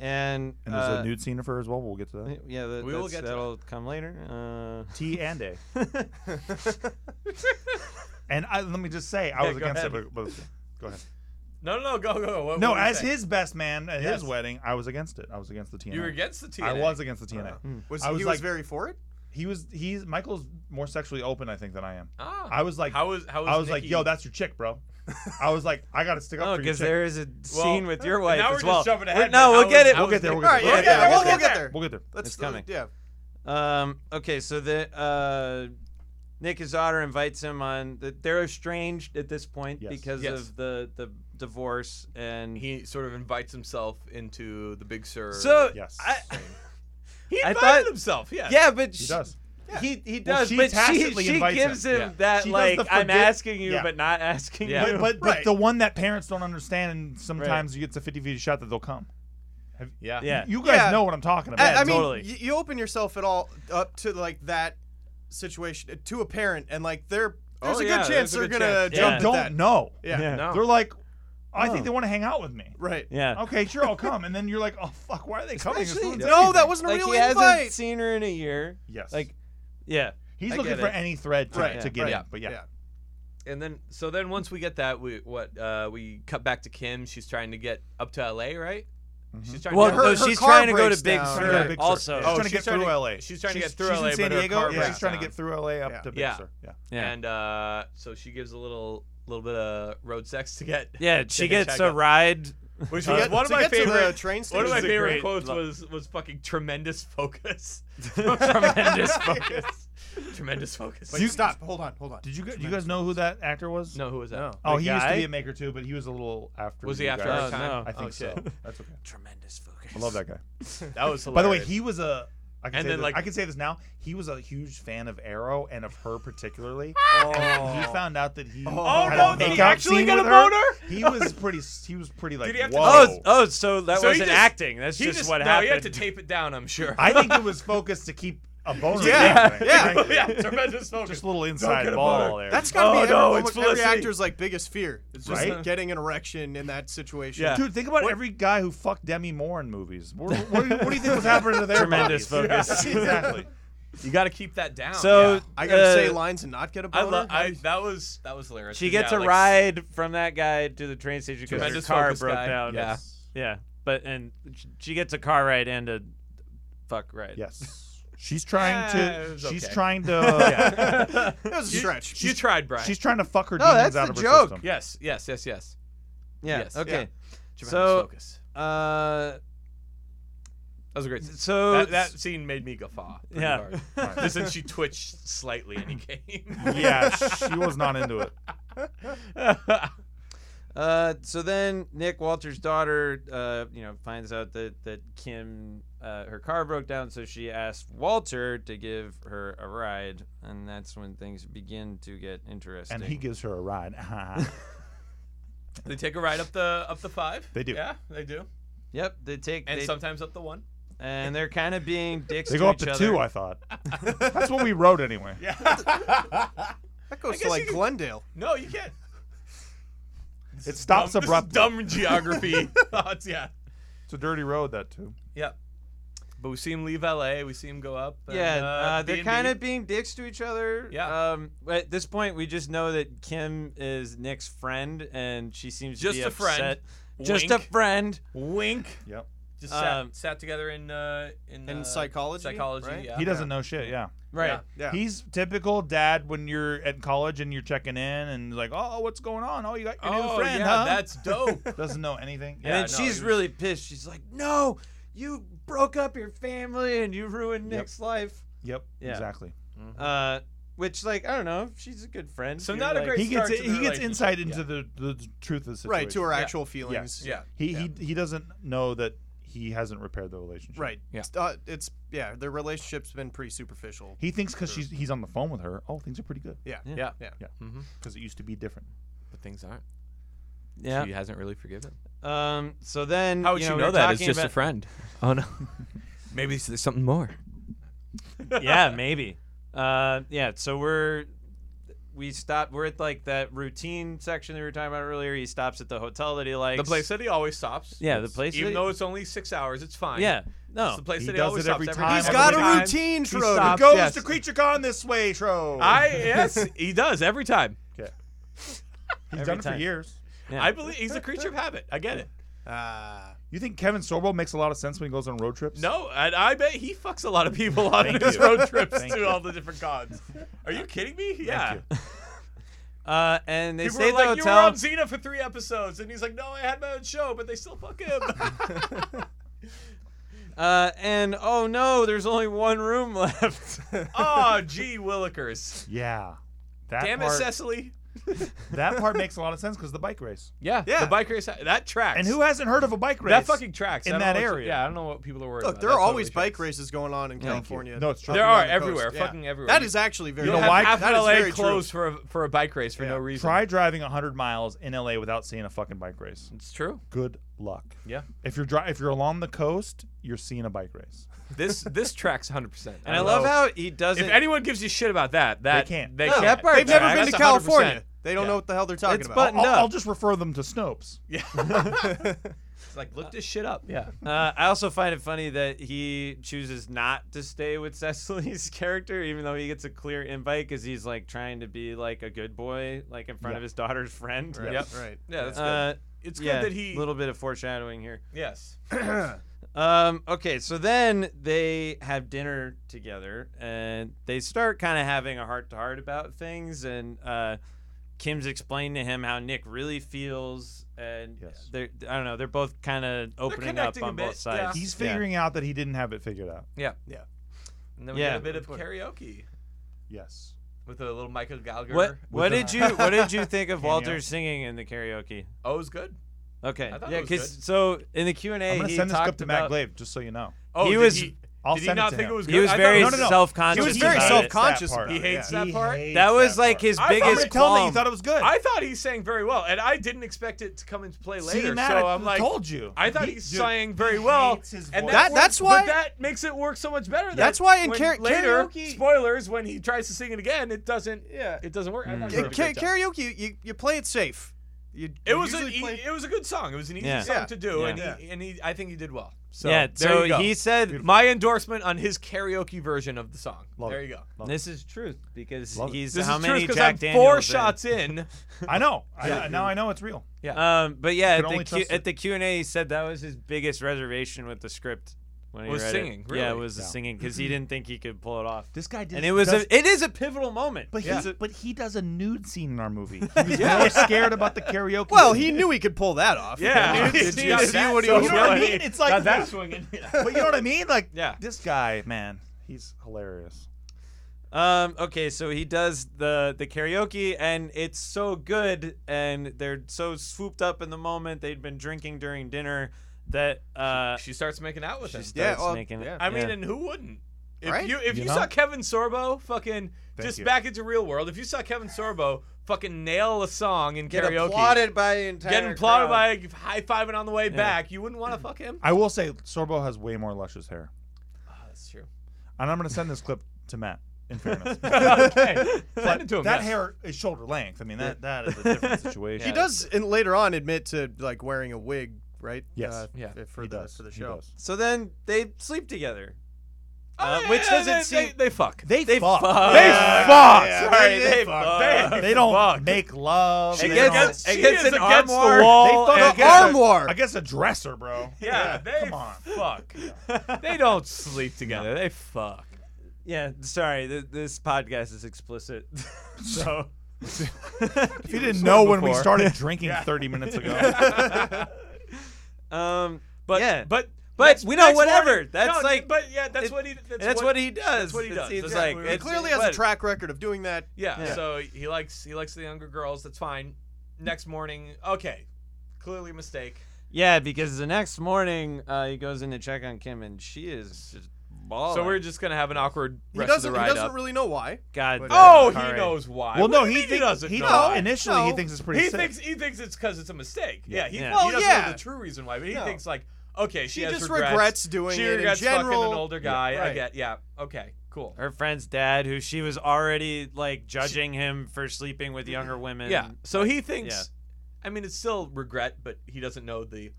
And, And there's uh, a nude scene of her as well. We'll get to that. Yeah, that, We will that's- get to that'll come later. Uh, T and A. and I, let me just say, I Yeah, was go against ahead. it. But, but- go ahead. No, no, no, go, go, go. What- No, what were you as saying? his best man at Yes. his wedding, I was against it. I was against the TNA. you were against the TNA. I was against the TNA. Uh, Uh-huh. Was, I was he like- was very for it? He was. He's Michael's more sexually open, I think, than I am. Ah. I was like, how was how was I was like, Nikki- yo, that's your chick, bro. I was like, I gotta stick up oh, for your because chick. there is a scene with your wife now we're as just well. jumping We're- ahead, no, but we'll I get was- it. I We'll was get there. We'll get All right, there. yeah, yeah, we'll, we'll get there. We'll get there. Let's, It's coming. Yeah. Um. Okay. So the uh, Nick his daughter invites him on. th- They're estranged at this point Yes. because Yes. of the the divorce and. He sort of invites himself into the Big Sur. so Yes. I, he I invited thought- himself. Yeah. yeah, but He she- does. He he Well, does, she but she, tacitly she invites gives him, him. Yeah. that She does like the I'm forget- asking you, Yeah. but not asking Yeah. you. But but, but Right. the one that parents don't understand, and sometimes you get a 50 50 shot that they'll come. Yeah. yeah, You guys Yeah. know what I'm talking about. I, I mean, totally. y- you open yourself at all up to like that situation to a parent, and like they're there's Oh, a good yeah, chance there's a they're good gonna chance. they Yeah. jump at don't that. know. Yeah. Yeah. No. They're like, I think they want to hang out with me. Right. Yeah. Okay, sure, I'll come. And then you're like, oh fuck, why are they coming? It's Especially- ruined No, that everything. wasn't a Like, real he hasn't invite. Seen her in a year. Yes. Like, yeah. he's I looking get for it. any thread to, Right, to get right. in. But yeah. and then so then once we get that, we what uh, we cut back to Kim. She's trying to get up to L.A. Right? She's trying. Well, to her- no, her she's car trying to go to breaks Big down. Sur. Yeah, Big Sur. also, She's trying to Oh, she's get trying through to- LA. she's trying to She's- get through she's in LA, San but her Diego. car yeah, breaks she's trying to down. get through LA up Yeah. to Big Yeah. Sur. Yeah. yeah. and uh, so she gives a little little bit of road sex to get. yeah, to she hitchhike gets a up. ride. Which Uh, was one of To my get to the favorite. train One station. of my is a favorite great quotes lo- was was fucking tremendous focus. Tremendous focus. tremendous focus. Wait, stop. Hold on. Hold on. Did you gu- do you guys know who that actor was? no, who was that? Oh, The he used to guy? be a maker too, but he was a little after. Was he you after guys. our Oh, time? no. I think Oh, so. shit. That's okay. Tremendous focus. I love that guy. That was hilarious. By the way, he was a. I can, And say then, this, like- I can say this now. He was a huge fan of Arrow and of her particularly. Oh. He found out that he. Oh, had no, a did he makeout actually scene get with a her. boner? He was pretty. He was pretty like. Did he have to- Whoa. Oh, oh, so that So he wasn't just- acting. That's he just, just what no, happened. he had to tape it down. I'm sure. I think it was focused to keep a boner. Yeah, thing, yeah. frankly. yeah, tremendous focus. Just a little inside get a ball boner. there. That's gotta Oh, be every, no, almost it's every Felicity. actor's like biggest fear. It's just Right? getting an erection in that situation. Yeah. Dude, think about every guy who fucked Demi Moore in movies. What, what, do you- what do you think was happening to their Tremendous bodies? focus. Yeah, exactly. you got to keep that down. so I gotta uh, say lines and not get a I, boner. lo- I that was that was hilarious. She And gets yeah, a like, ride from that guy to the train station because her Tremendous car focus broke guy. down. Yeah. Yeah. But and sh- she gets a car ride and a fuck ride. Yes. She's trying Ah, it to. was She's okay. trying to. That was a stretch. You tried, Brian. She's trying to fuck her No, demons that's out the of her joke. system. yes, yes, yes, yes. Yeah. Yes. Okay. Tremendous So- focus. Uh That was a great. Scene. so That, that scene made me guffaw. pretty Yeah. Hard. Just that she twitched slightly and he came. yeah, she was not into it. Uh, so then Nick Walter's daughter, uh, you know, finds out that that Kim, uh, her car broke down, so she asked Walter to give her a ride, and that's when things begin to get interesting. And he gives her a ride. they take a ride up the up the five. They do. Yeah, they do. yep, they take And they, sometimes up the one. and they're kind of being dicks. they go up each to other. two, I thought. That's what we wrote anyway. Yeah. that goes guess to like you could- Glendale. no, you can't. It stops Dumb- this is abruptly. Dumb geography thoughts. Yeah. It's a dirty road, that too. Yep. But we see him leave LA. We see him go up. and, yeah, uh, uh, they're B&B. kind of being dicks to each other. Yeah. Um, but at this point, we just know that Kim is Nick's friend, and she seems Just to be a friend. upset. Just a Wink. friend. wink. Yep. Just sat, Um, sat together in uh, in, In uh, psychology, Psychology. right? Yeah. He doesn't know shit, yeah. Right. Yeah. Yeah. He's typical dad when you're at college and you're checking in and like, oh, what's going on? Oh, you got your oh new friend, yeah, huh? that's dope. Doesn't know anything. And then no, she's he was- really pissed. She's like, "No, you broke up your family and you ruined Yep. Nick's life." Yep. Yeah. Exactly. Uh, which, like, I don't know. She's a good friend. Mm-hmm. So You're not a like- great- He gets starts he in the gets relationship. insight into the, the truth of the situation. Right to her Yeah. actual feelings. yeah. He Yeah. he he doesn't know that he hasn't repaired the relationship. Right. Yeah. Uh, it's yeah. Their relationship's been pretty superficial. He thinks because she's he's on the phone with her, oh, things are pretty good Yeah. Yeah. Yeah. Mm-hmm. because it used to be different. But things aren't. Yeah. She hasn't really forgiven. Um. So then, How would you you know, know, we were that? It's talking just a about- friend. Oh no. Maybe it's- there's something more. yeah, maybe. Uh. Yeah. So we're we stop. We're at like that routine section that we were talking about earlier. He stops at the hotel that he likes. The place that he always stops. Yeah, the It's- place Even that- though it's only six hours, it's fine. Yeah. It's No. the place He that he does always it every stops time. He's Every got time. a routine, Schroeder. He stops. goes yes. to Creature Con this way, Tro. I yes, he does every time. Okay. He's Every done it for time. years. Yeah. I believe he's a creature of habit. I get it. Ah. You think Kevin Sorbo makes a lot of sense when he goes on road trips? No, and I bet he fucks a lot of people on Thank his you. road trips Thank to you. all the different cons. Are you kidding me? Yeah. you. Uh. And they People stay were at the like, you were hotel. on Xena for three episodes, and he's like, no, I had my own show, but they still fuck him. Uh. And oh no, there's only one room left. oh, gee, Willikers. Yeah. That Damn it, part, Cecily. that part makes a lot of sense because the bike race. Yeah, Yeah. The bike race that tracks. And who hasn't heard of a bike race? that fucking tracks in I don't know that what- area. Yeah, I don't know what people are worried Look, about. there That are always totally bike tracks. races going on in California. No, it's true. up There and down are the everywhere, coast. Yeah. fucking everywhere. That is actually very. You'll know true. why? have half That is LA very true. closed for a, for a bike race for no reason. Try driving 100 miles in LA without seeing a fucking bike race. It's true. Good luck. Yeah. If you're dri- if you're along the coast, you're seeing a bike race. This this tracks 100. percent And I love how he doesn't. if anyone gives you shit about that, that can't. They No, can't. that part They've never tracks. been to That's California. 100%. They don't Yeah. know what the hell they're talking It's about. button- I'll, No. I'll just refer them to Snopes. It's like look this shit up. Yeah. Uh, I also find it funny that he chooses not to stay with Cecily's character, even though he gets a clear invite because he's like trying to be like a good boy, like in front of Yeah. his daughter's friend. Right, Yep. Right. Yeah, that's Uh, good. It's good yeah, that he. little bit of foreshadowing here. yes. Um, okay, so then they have dinner together and they start kind of having a heart to heart about things. And uh, Kim's explained to him how Nick really feels. And Yes. they're, I don't know, they're both kind of opening up connecting a on both bit, yeah. sides. He's figuring out that he didn't have it figured out. And then we Yeah. get a bit of karaoke Yes. with a little Michael Gallagher. What, what With did a- you what did you think of Cameo. Walter singing in the karaoke? Oh, it was good. Okay, I thought it yeah, was good. so in the Q and I'm A gonna he send this talked clip to Matt about Glaive just so you know. Oh, He did was- He, I'll did he send it not to think him. it was good? he was I thought very it No, no, no. self-conscious. He was very about it. self- That self-conscious. part. He hates Yeah. that part. That was like part. his I thought I'm biggest gonna tell me you qualm. thought it was good. I thought he sang very well, and I didn't expect it to come into play later. See, Matt, so I I'm like, told you. I thought he, Dude, sang very well, hates his and voice. that That- works- that's But why- that makes it work so much better. That's that why in when kara- later, karaoke- spoilers, when he tries to sing it again, it doesn't. Yeah. it doesn't work. I thought Mm. he did a Ca- good ca- job. karaoke, you, you play it safe. You, It you was an usually e- play- it was a good song. It was an easy Yeah. song Yeah. to do, Yeah. and Yeah. he and he I think he did well. So yeah, there so you go. he said my endorsement on his karaoke version of the song. Love there it. you go. This is truth because Love it. he's This how is many because Jack I'm Daniels four in? shots in. I know. I, now I know it's real. Um, but yeah, Could at the, only Q, trust at it. the Q and A, he said that was his biggest reservation with the script when he Was read it. singing, Yeah, it really? was the Yeah. singing Mm-hmm. because he didn't think he could pull it off. This guy did. And it was a, it is a pivotal moment. But he, It's a- but he does a nude scene in our movie. He was more scared about the karaoke. Well, scene. he knew he could pull that off. Yeah. Did you Yeah, see that what he song. was You know what I doing? Really? mean? It's like that swinging. But you know what I mean? Like, Yeah. this guy, man, he's hilarious. um, okay, so he does the the karaoke, and it's so good, and they're so swooped up in the moment. They'd been drinking during dinner that uh, she starts making out with him. starts Yeah, well, making. yeah. I mean, yeah. and who wouldn't? If Right? you if you, You saw know? Kevin Sorbo fucking Thank just you. back into real world, if you saw Kevin Sorbo fucking nail a song in Get karaoke, applauded by an entire getting applauded crowd. by high fiving on the way back, you wouldn't want to fuck him. I will say, Sorbo has way more luscious hair. Oh, that's true. And I'm going to send this clip to Matt, in fairness. okay, send But it to him. that yeah. hair is shoulder length. I mean, that, that is a different situation. He does, and later on, admit to like wearing a wig, right? Yes. Uh, Yeah, f- For He the does. for the He show. does. so then they sleep together. Oh, uh, yeah, which yeah, doesn't they, seem- they, they fuck. They, fuck. fuck. Yeah, fuck. yeah, Sorry, they, fuck. fuck. They, don't make love. She they gets- don't- gets- She against is an against the armoire. wall. They fuck and- I guess Arm I- war. I guess a dresser, bro. Yeah, they come on. fuck. they don't sleep together. They fuck. Yeah, sorry, th- this podcast is explicit. so If you didn't know when we before. started drinking 30 minutes ago, Um, but But yeah, but but next- we know next whatever. morning- That's no, like- But yeah, that's it- what he. that's, what, he does. that's what he It does. seems That's like what we He it's- clearly has a what- track record of doing that. Yeah, Yeah. So he likes he likes the younger girls. That's fine. Next morning, okay, clearly a mistake. Yeah, because the next morning uh, he goes in to check on Kim, and she is just balling. so we're just gonna have an awkward Oh, He rest doesn't. of He the ride doesn't up. really know why. God. But- oh, damn, he alright. knows why. well, What do no, you he mean he thinks- doesn't. he know does- why? initially he No. thinks it's pretty He sick. thinks he thinks it's because it's a mistake. Yeah, he, Yeah. well, Well, he doesn't know Oh, yeah. the true reason why, but he No. thinks like, okay, she, She has just regrets. regrets doing she it in regrets fucking general. an older guy. I right. get, yeah, okay, cool. Her friend's dad, who she was already like judging him for sleeping with younger women. Yeah. So he thinks. I mean, it's still regret, but he doesn't know the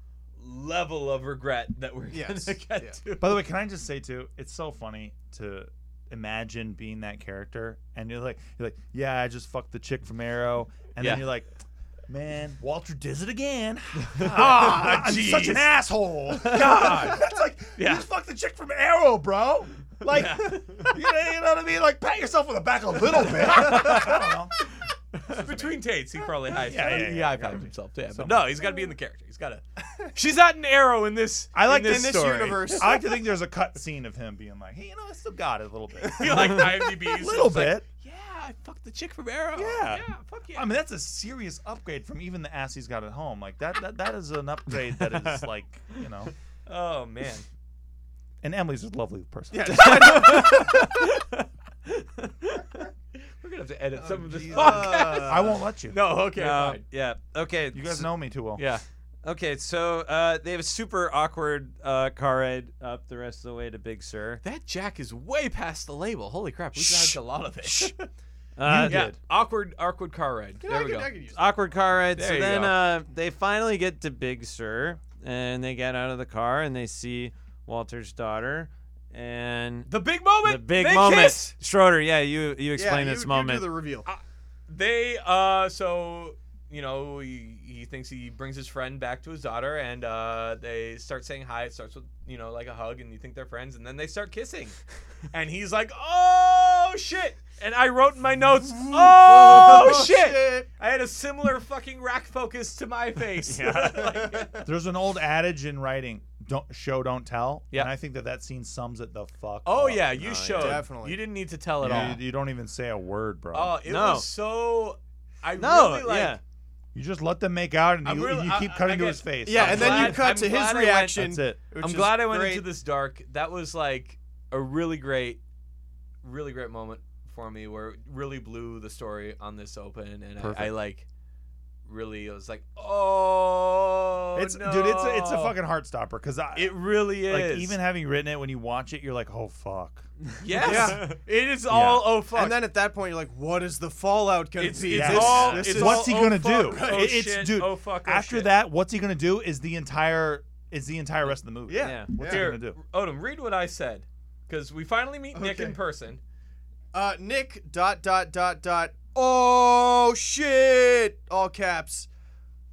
level of regret that we're Yes, gonna get yeah. to. By the way, can I just say too? It's so funny to imagine being that character, and you're like, you're like, yeah, I just fucked the chick from Arrow, and Yeah. then you're like, man, Walter does it again. God, I'm such an asshole. God, that's like, Yeah. you just fucked the chick from Arrow, bro. Like, you, know, you know what I mean? Like, pat yourself on the back a little bit. I don't know. Between Tates, he probably high Yeah, yeah, he yeah, high yeah. fived himself. Yeah, but Somewhere. no, he's got to be in the character. He's got to. She's not an arrow in this. I like in this, in this story. universe. I like to think there's a cut scene of him being like, hey, you know, I still got it a little bit. I feel like IMDb. A is little just like, bit. yeah, I fucked the chick from Arrow. Yeah. Yeah. Fuck yeah. I mean, that's a serious upgrade from even the ass he's got at home. Like that, that, that is an upgrade that is like, you know. oh man. And Emily's a lovely person. Yeah. We're gonna have to oh, edit some of this. Jesus. uh, podcast. I won't let you. no. Okay. uh, Yeah. fine. yeah. Okay. You guys so- know me too well. Yeah. Okay, so uh, they have a super awkward uh, car ride up the rest of the way to Big Sur. That Jack is way past the label. Holy crap. We dodged a lot of it. Uh, You yeah, did. awkward, awkward car ride. You know, there I we could- go. I could use that. awkward car ride. There so you then go. uh, they finally get to Big Sur, and they get out of the car and they see Walter's daughter, and The big moment. the big they moment. kiss! Schroeder, yeah, you you Yeah, explain you- this you moment. do the reveal. They uh, so you know he, he thinks he brings his friend back to his daughter, and uh, they start saying hi. It starts with you know like a hug, and you think they're friends, and then they start kissing, and he's like, oh shit. And I wrote in my notes, "Oh shit!" I had a similar fucking rack focus to my face. Like, There's an old adage in writing: "Don't show, don't tell." Yeah. and I think that that scene sums it the fuck. oh up. yeah, you showed. Definitely. You didn't need to tell at Yeah, all. You, you don't even say a word, bro. Oh, it No. was so. I no, really like. yeah, you just let them make out, and I'm you, really- you keep I- I cutting to get- his face. Yeah, I'm and then glad- you cut I'm to glad I his went- reaction. That's it. which I'm is glad I went great. into this dark. That was like a really great, really great moment for me where it really blew the story on this open, and I, I like really was like, oh, it's no. dude, it's a, it's a fucking heart stopper because I It really is. like even having written it when you watch it, you're like, oh fuck. yes, Yeah. it is all Yeah. oh fuck. And then at that point, you're like, what is the fallout going it's, to it's be? Yes. This- all this it's is- What's he all, oh, gonna fuck, do? Oh, It- it's- shit, dude, Oh fuck. oh, After shit. that, what's he gonna do? Is the entire is the entire rest of the movie? Yeah. yeah. What's Here, he gonna do? Odom, read what I said, because we finally meet Nick Okay. in person. Uh, Nick dot dot dot dot. Oh shit! All caps.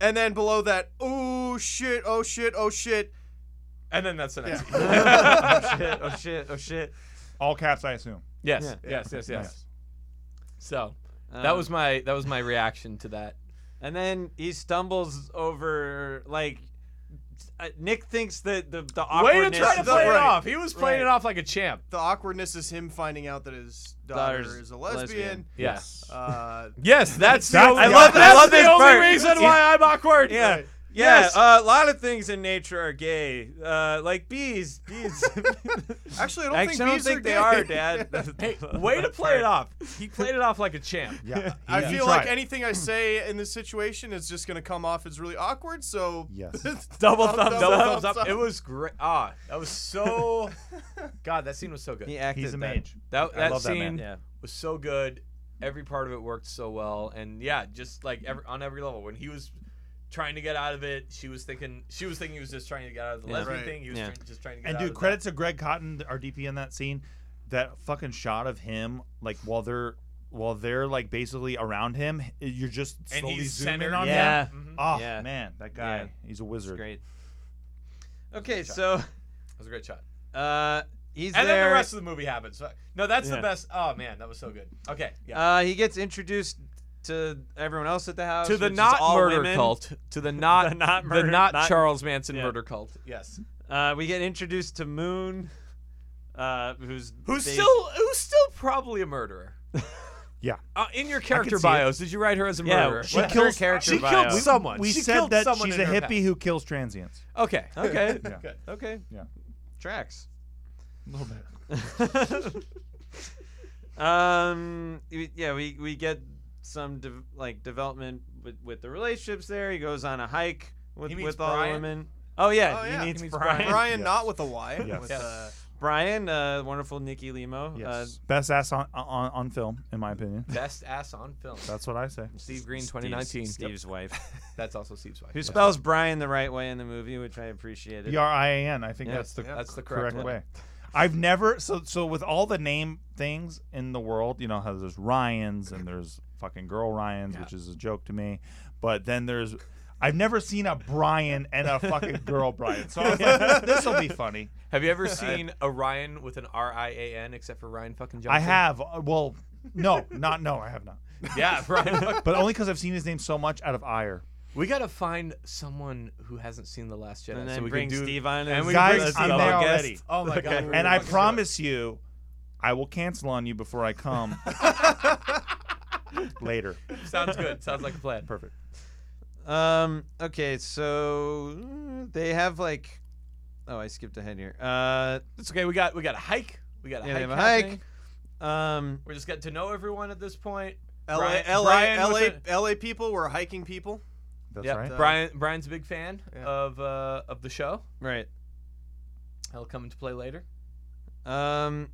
And then below that, oh shit! Oh shit! Oh shit! And then that's the next. oh shit! Oh shit! Oh shit! All caps, I assume. Yes, Yeah. yes, yes, yes. Yes. So that Um, was my that was my reaction to that. And then he stumbles over like uh, Nick thinks that the the Way awkwardness. to try to is- play it Right. off. He was playing Right. it off like a champ. The awkwardness is him finding out that his daughter Daughter's is a lesbian. Yes. Uh, Yes, that's the That's- only, I love- I that's love the this only part. reason why I'm awkward. Yeah. Right. Yeah, Yes. uh, a lot of things in nature are gay, uh, like bees. Bees. actually, I don't Actually, think I don't bees think are they gay. are, Dad. Hey, way to play it off. He played it off like a champ. Yeah. I he feel like tried. anything I say in this situation is just gonna come off as really awkward. So Yes. Double thumbs, Thumb- double double thumbs thumbs up. up. It was great. Ah, that was so. God, that scene was so good. He acted He's a that. mage. That I that love that scene man. Yeah. was so good. Every part of it worked so well, and yeah, just like every, on every level. When he was trying to get out of it, she was thinking she was thinking he was just trying to get out of the Yeah. lesbian Right. thing. He was Yeah. trying, just trying to get And out dude, of credit to Greg Cotton, our DP in that scene. That fucking shot of him, like while they're while they're like basically around him, you're just that. And slowly he's zooming centered. on Yeah. him. Oh Yeah. man, that guy, Yeah. he's a wizard. Great. Okay, so that was a great shot. uh, he's And there. then the rest of the movie happens. No, that's Yeah. the best. Oh man, that was so good. Okay, yeah. uh, he gets introduced to everyone else at the house. to the which is not all murder women. cult. To the not The not the murder- not, not- Charles Manson yeah. murder cult. Yes. Uh, we get introduced to Moon, uh, who's Who's bas- still who's still probably a murderer. Yeah. Uh, in your character see it. bios, did you write her as a Yeah, murderer? she What's her kills- character she bio? killed We- someone. We she said killed that someone she's in a her hippie past. who kills transients. Okay. okay. Yeah. Okay. Yeah. Tracks. A little bit. um y- yeah we we get some de- like development with, with the relationships there he goes on a hike with, He meets with all the Brian. women oh yeah Oh, he yeah. meets He meets brian brian, Brian, Yes. not with a Y. Yes. With Yes. a- uh, wonderful nikki limo Yes. uh, Best ass on, on on film, in my opinion. Best ass on film. That's what I say. Steve Green, Steve's- 2019. steve's wife That's also Steve's wife. who spells brian the right way in the movie which i appreciated B R I A N. I think Yeah. that's the Yeah. That's the correct correct, one. way. I've never so so with all the name things in the world, you know how there's Ryan's and there's fucking girl Ryan's, which is a joke to me. But then there's I've never seen a Brian and a fucking girl Brian. So I was like, this will be funny. Have you ever seen a Ryan with an R I A N except for Ryan fucking Johnson? I have uh, well, no, not no, I have not. Yeah, Ryan. fuck- But only because I've seen his name so much out of ire. we gotta find someone who hasn't seen The Last Jedi, and so then we bring can do. steve on and as we a Guys, bring guest. Steve I'm on there as a guest. already. Oh my god. we were And I fucking good. promise you, I will cancel on you before I come. Later. Sounds good. Sounds like a plan. Perfect. Um. Okay. So mm, they have like. Oh, I skipped ahead here. Uh, It's okay. We got we got a hike. We got a yeah, they have hike. a hike. happening. Um, We're just getting to know everyone at this point. LA, Brian- LA, Brian LA, with LA people were hiking people. That's yeah, right. Brian Brian's a big fan Yeah. of uh, of the show. right. He'll come into play later. Um,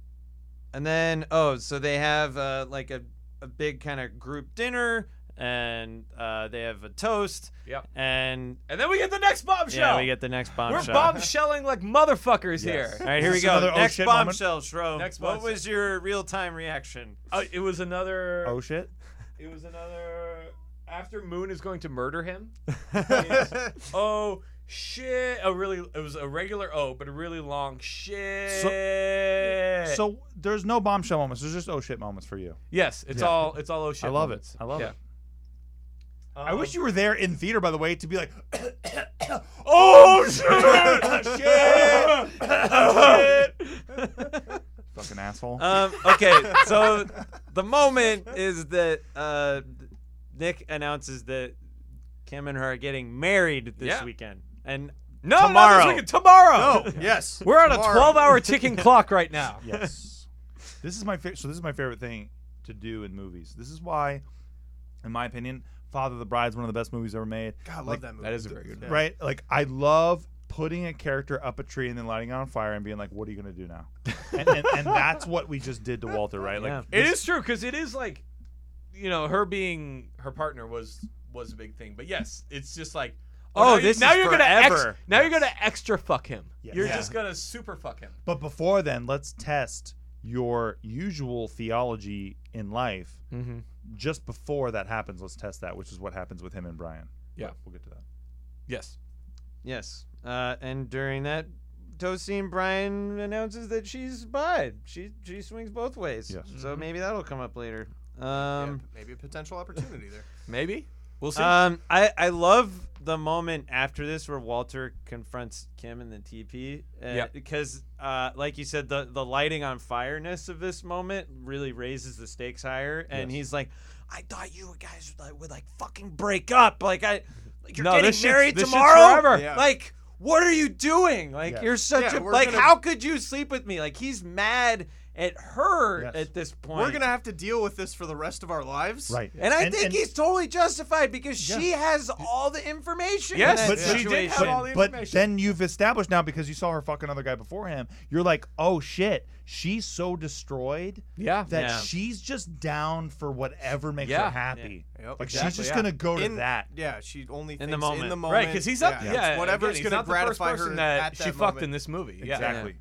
and then oh, so they have uh, like a, a big kind of group dinner, and uh, they have a toast. Yep. And And then we get the next bombshell. yeah, we get the next bombshell. We're bombshelling like motherfuckers Yes. All here. right, here Is we this go. another oh Next shit moment? bombshell, Shro. Next what bombshell. was your real time reaction? Uh, it was another. Oh shit! It was another. After Moon is going to murder him. it's, oh shit! A really. It was a regular O, but a really long shit. So there's no bombshell moments. There's just oh shit moments for you. yes, it's Yeah. all. It's all oh shit. I love moments. Um, it. I love Yeah. it. I wish you were there in theater, by the way, to be like, Oh shit! shit! fucking asshole. Um, okay, so the moment is that uh, Nick announces that Kim and her are getting married this Yeah. weekend, and No, Not Tomorrow. this weekend, tomorrow. Oh, yes. We're on a Tomorrow. 12-hour ticking clock right now. yes. This is my fa- so this is my favorite thing to do in movies. This is why, in my opinion, Father of the Bride is one of the best movies ever made. God, I love Like, that movie. That is a very good Yeah. Right? Like I love putting a character up a tree and then lighting it on fire and being like, "What are you gonna do now?" and, and, and that's what we just did to Walter, right? Like Yeah. It is true because it is like, you know, her being her partner was was a big thing. But yes, it's just like, Oh, now you- this now is you're gonna forever. ex- now you're gonna extra fuck him. Yes. You're Yeah. just gonna super fuck him. But before then, let's test your usual theology in life. Mm-hmm. Just before that happens, let's test that, which is what happens with him and Brian. Yeah. But we'll get to that. Yes. yes, uh, and during that toast scene, Brian announces that she's bi. She she swings both ways. Yes. So maybe that'll come up later. Yeah, Um, maybe a potential opportunity there. Maybe we'll see. Um, I, I love the moment after this where Walter confronts Kim in the TP. Uh, Yep. Because, uh, like you said, the, the lighting on fireness of this moment really raises the stakes higher. And Yes. he's like, I thought you guys would like, would, like fucking break up. Like, I, like, you're No, getting this shit's- married this shit's tomorrow? forever. Yeah. Like, what are you doing? Like, Yeah. you're such Yeah, a, we're like, gonna- how could you sleep with me? Like, he's mad at her Yes. at this point. We're gonna have to deal with this for the rest of our lives. Right. And I think and- he's totally justified because Yeah. she has all the information. Yes, in that but she did situation. have all the But information. then you've established now because you saw her fuck another guy before him, you're like, oh shit, she's so destroyed yeah. that Yeah. she's just down for whatever makes Yeah. her happy. Yep, Like she's exactly, just yeah. gonna go to In- that. Yeah, she only thinks the moment. in the moment. Right, because he's up. Yeah, it's again, whatever's he's gonna not the first gratify person her that, at she that fucked moment. in this movie. Yeah. Exactly.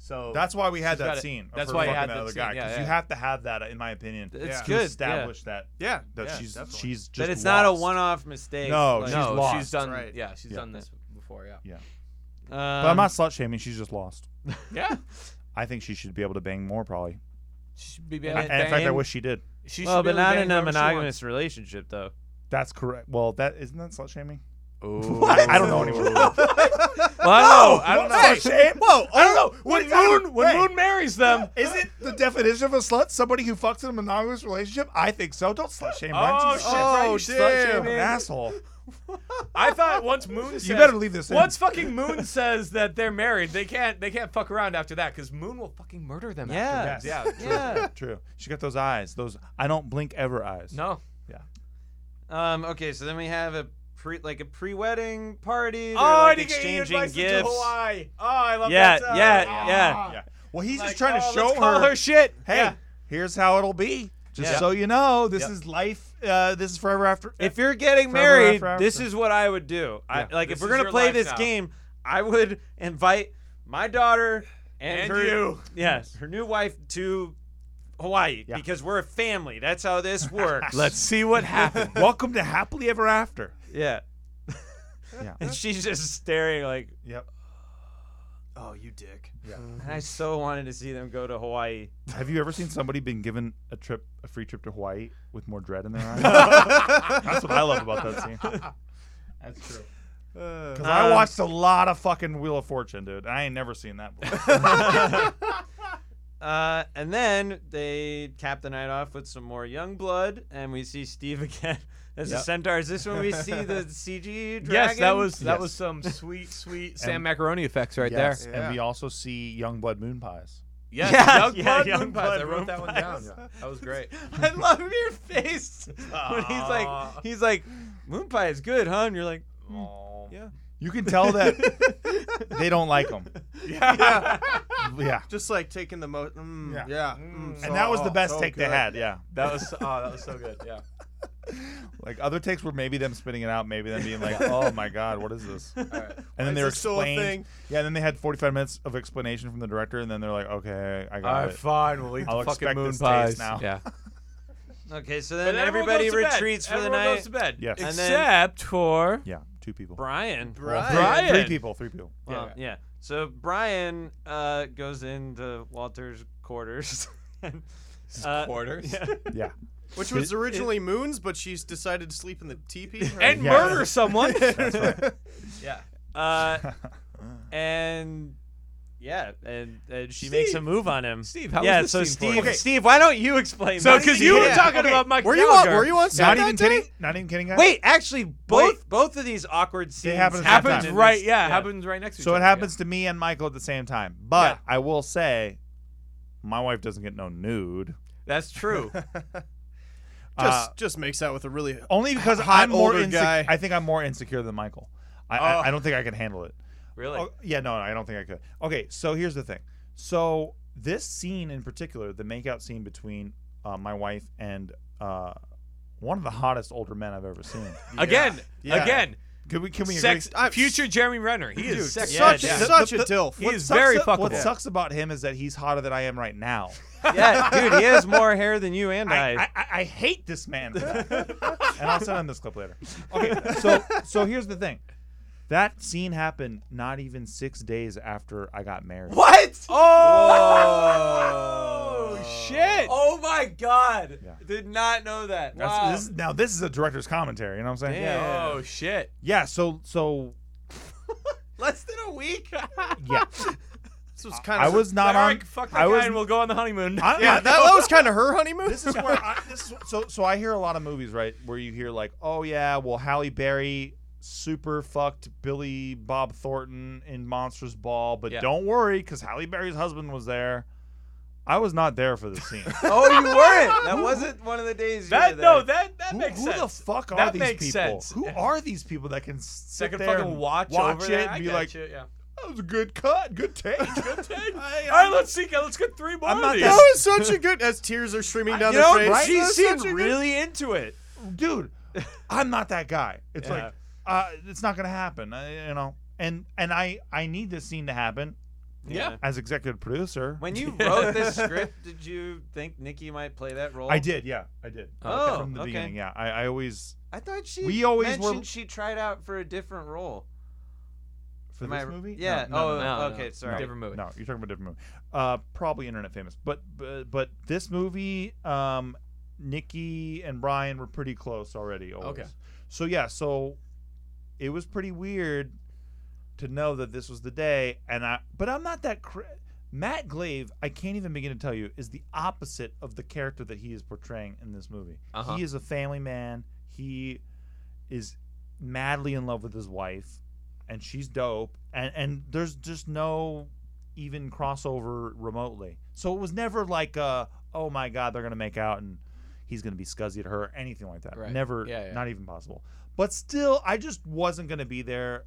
So That's why we She's had got that it. scene. of That's her why you fucking had that that other scene, guy yeah, because yeah. you have to have that, in my opinion, It's Yeah. to good. establish that yeah, that yeah, she's definitely. she's just yeah. But it's not a lost. one-off mistake. No, like- she's no, lost. Oh, she's done. Right. Yeah, she's Yeah. done this before. Yeah. Um, But I'm not slut shaming. She's just lost. Yeah. I think she should be able to bang more, probably. She should be And, banging. in fact, I wish she did. She Well, should be but able to not bang in a whoever she monogamous relationship, though. That's correct. Well, that isn't that slut shaming. wants. I don't know anymore. Well, I don't know. I don't know. Whoa! oh, I don't know. what When are you talking Moon, when about? Moon marries them. Is it the definition of a slut? Somebody who fucks in a monogamous relationship? I think so. Don't slut shame. Oh shit! right, you slut damn. I'm an shaming. asshole. I thought once Moon says, You better leave this in. Once fucking Moon says that they're married, they can't they can't fuck around after that because Moon will fucking murder them. Yeah. Afterwards. Yes. Yeah. Yeah. True. She got those eyes. Those I don't blink ever eyes. No. Um, okay, so then we have a pre, like a pre-wedding party. They're oh, like and he gave you exchanging invites to gifts. Hawaii. Oh, I love Yeah, that. Oh. yeah, yeah. Yeah. Well, he's Like, just trying oh, to show let's call her shit. Hey, Yeah. here's how it'll be. Just Yeah. so you know, this Yep. is life. Uh, this is forever after. If you're getting Forever, married, forever. this is what I would do. I, Yeah. like if This we're is gonna your play life this now. game, I would invite my daughter and, And her, you. yeah, her new wife to Hawaii Yeah. because we're a family. That's how this works. Let's see what happens. welcome to happily ever after. yeah. Yeah. And she's just staring like, Yep. Oh, you dick. and I so wanted to see them go to Hawaii. Have you ever seen somebody been given a trip, a free trip to Hawaii with more dread in their eyes? That's what I love about that scene. That's true. Because I Um, watched a lot of fucking Wheel of Fortune, dude. I ain't never seen that. Before. Uh, and then they cap the night off with some more young blood, and we see Steve again as a Yep. centaur. Is this when we see the CG dragon? yes, that was that Yes. was some sweet sweet Sam Macaroni effects right Yes, there. And Yeah. we also see Youngblood Moon Pies. Yes, Yeah, Young yeah, Blood Young Moon Pies. Blood I wrote Moon that one down. Pies. That was great. I love your face when he's like, Aw. he's like, moon pie is good, huh? And you're like, mm, yeah. You can tell that they don't like them. Yeah. yeah. Just like taking the most. Mm, Yeah. yeah. Mm. mm, And that was so- the best so take they good. had. Yeah. That was oh, that was so good. Yeah. Like other takes were maybe them spitting it out, maybe them being like, "Oh my god, what is this?" And then is they were this still a explained. thing? Yeah, and then they had 45 minutes of explanation from the director, and then they're like, "Okay, I got it." fine. We'll eat I'll expect this taste now. Yeah. Okay, so then everybody retreats for the night. goes to bed. Yes. And then- Except for yeah, two people. Brian. Well, Brian. three- Brian. Three people. Three people. Well, yeah. So Brian uh, goes into Walter's quarters. and, uh, quarters yeah. Yeah. Which was originally Moon's, but she's decided to sleep in the teepee. right? and Yeah. murder someone. That's right. yeah. Uh, and yeah, and, and she makes a Steve. move on him. Steve, how was yeah. this so scene for you? Steve, Okay. Steve, why don't you explain? So that? because you were Yeah. talking Okay. about Mike Were you on? Gallagher. Were you on set not that even day? kidding. Not even kidding. Guys. wait, actually, both Wait. both of these awkward scenes happen at the same happened time. happens in right. this- Yeah, happens right next to. So each it other, happens to me and Michael at the same time. But I will say, my wife doesn't get no nude. Yeah. That's true. Just, Uh, just makes out with a really. only because hot I'm more older inse- guy. I think I'm more insecure than Michael. I, I, Oh. I don't think I can handle it. really. Oh, yeah, no, I don't think I could. Okay, so here's the thing. So this scene in particular, the makeout scene between uh, my wife and uh, one of the hottest older men I've ever seen. Again. Yeah. Again. Could we? Can we? Sex. Agree? I'm- Future Jeremy Renner. He Dude, is sexy. such, yeah. such The- a dilf. He What is sucks very a- What fuckable. sucks about him is that he's hotter than I am right now. yeah, dude, he has more hair than you and I. I, I, I, I hate this man. for that. and I'll send him this clip later. Okay, so so here's the thing. That scene happened not even six days after I got married. what? Oh, shit! Oh my god! Yeah. Did not know that. That's- wow. this is- now this is a director's commentary. You know what I'm saying? Damn. Oh shit! Yeah. So so Less than a week. yeah. This was kind I of. was not All on. right, fuck that I guy, was. and we'll go on the honeymoon. I'm Yeah, not- that, that was kind of her honeymoon. This is where I, this is, so so I hear a lot of movies right where you hear like oh yeah well Halle Berry super fucked Billy Bob Thornton in Monsters Ball but Yeah. don't worry because Halle Berry's husband was there. I was not there for the scene. oh, you weren't. That wasn't one of the days. You that were no, there. that that who, makes who sense. the fuck are That these makes people? sense. Who are these people that can sit Second there fucking and watch, watch over it that. and I be get like, you, yeah. that was a good cut, good take, good take. I- All right, let's see. Let's get three more. I'm of not these. that- that was such a good. As tears are streaming down you their know, face. she That was seemed such a good- really into it. dude, I'm not that guy. It's Yeah. like, uh, it's not gonna happen, I, you know. And and I I need this scene to happen Yeah. as executive producer. When you wrote this script, did you think Nikki might play that role? I did, yeah, I did. Oh, from the okay. beginning, yeah. I, I always I thought she. We always were- mentioned she tried out for a different role. for Am I- this movie. No, Yeah. no, oh, no, no, no, okay. no. Sorry. Different movie. No, you're talking about a different movie. Uh, probably internet famous, but but, but this movie, um, Nikki and Brian were pretty close already. Always. Okay. So yeah, so it was pretty weird to know that this was the day, and I. But I'm not that. Cra- Matt Glave, I can't even begin to tell you, is the opposite of the character that he is portraying in this movie. Uh-huh. He is a family man. He is madly in love with his wife, and she's dope. And and there's just no even crossover remotely. So it was never like, uh, oh my god, they're gonna make out and he's gonna be scuzzy to her, or anything like that. Right. Never, Yeah, yeah. not even possible. But still, I just wasn't gonna be there,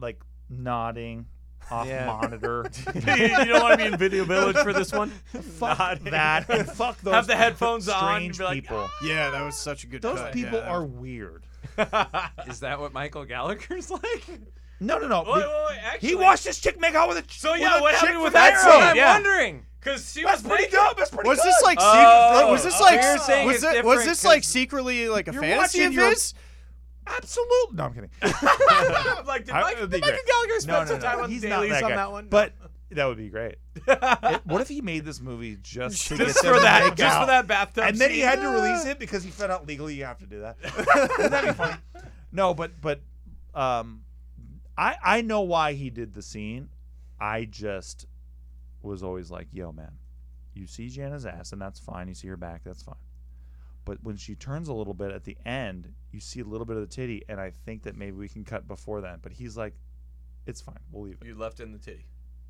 like nodding off Yeah. monitor. you don't want to be in Video Village for this one. fuck that and fuck those Have the headphones on and strange be like, "Ah!" people. Yeah, that was such a good. Those cut, people yeah. are weird. Is that what Michael Gallagher's like? No, no, no. Wait, wait, wait, actually, he watched this chick make out with a So with yeah, a what chick happened from with that That's Arrow. what I'm yeah. wondering. because she That's was pretty naked. dope. That's pretty Was good. this like? Oh, secret, was this oh, like? you're saying was it's it? Was different this like 'cause secretly like a you're fantasy watching of your- his? absolute? No, I'm kidding. I'm like, did I- Mike, it'd did be Michael great. Gallagher spend No, no, some time no. on He's not dailies that on guy. that one? But that would be great. It- what if he made this movie just to get just them for to that, make just out, for that bathtub. and then he scene. had to release it because he found out legally you have to do that. Wouldn't that be funny? No, but but um, I I know why he did the scene. I just was always like, yo, man, you see Jana's ass, and that's fine. You see her back, that's fine. But when she turns a little bit at the end, you see a little bit of the titty, and I think that maybe we can cut before that. But he's like, it's fine. We'll leave it You left in the titty.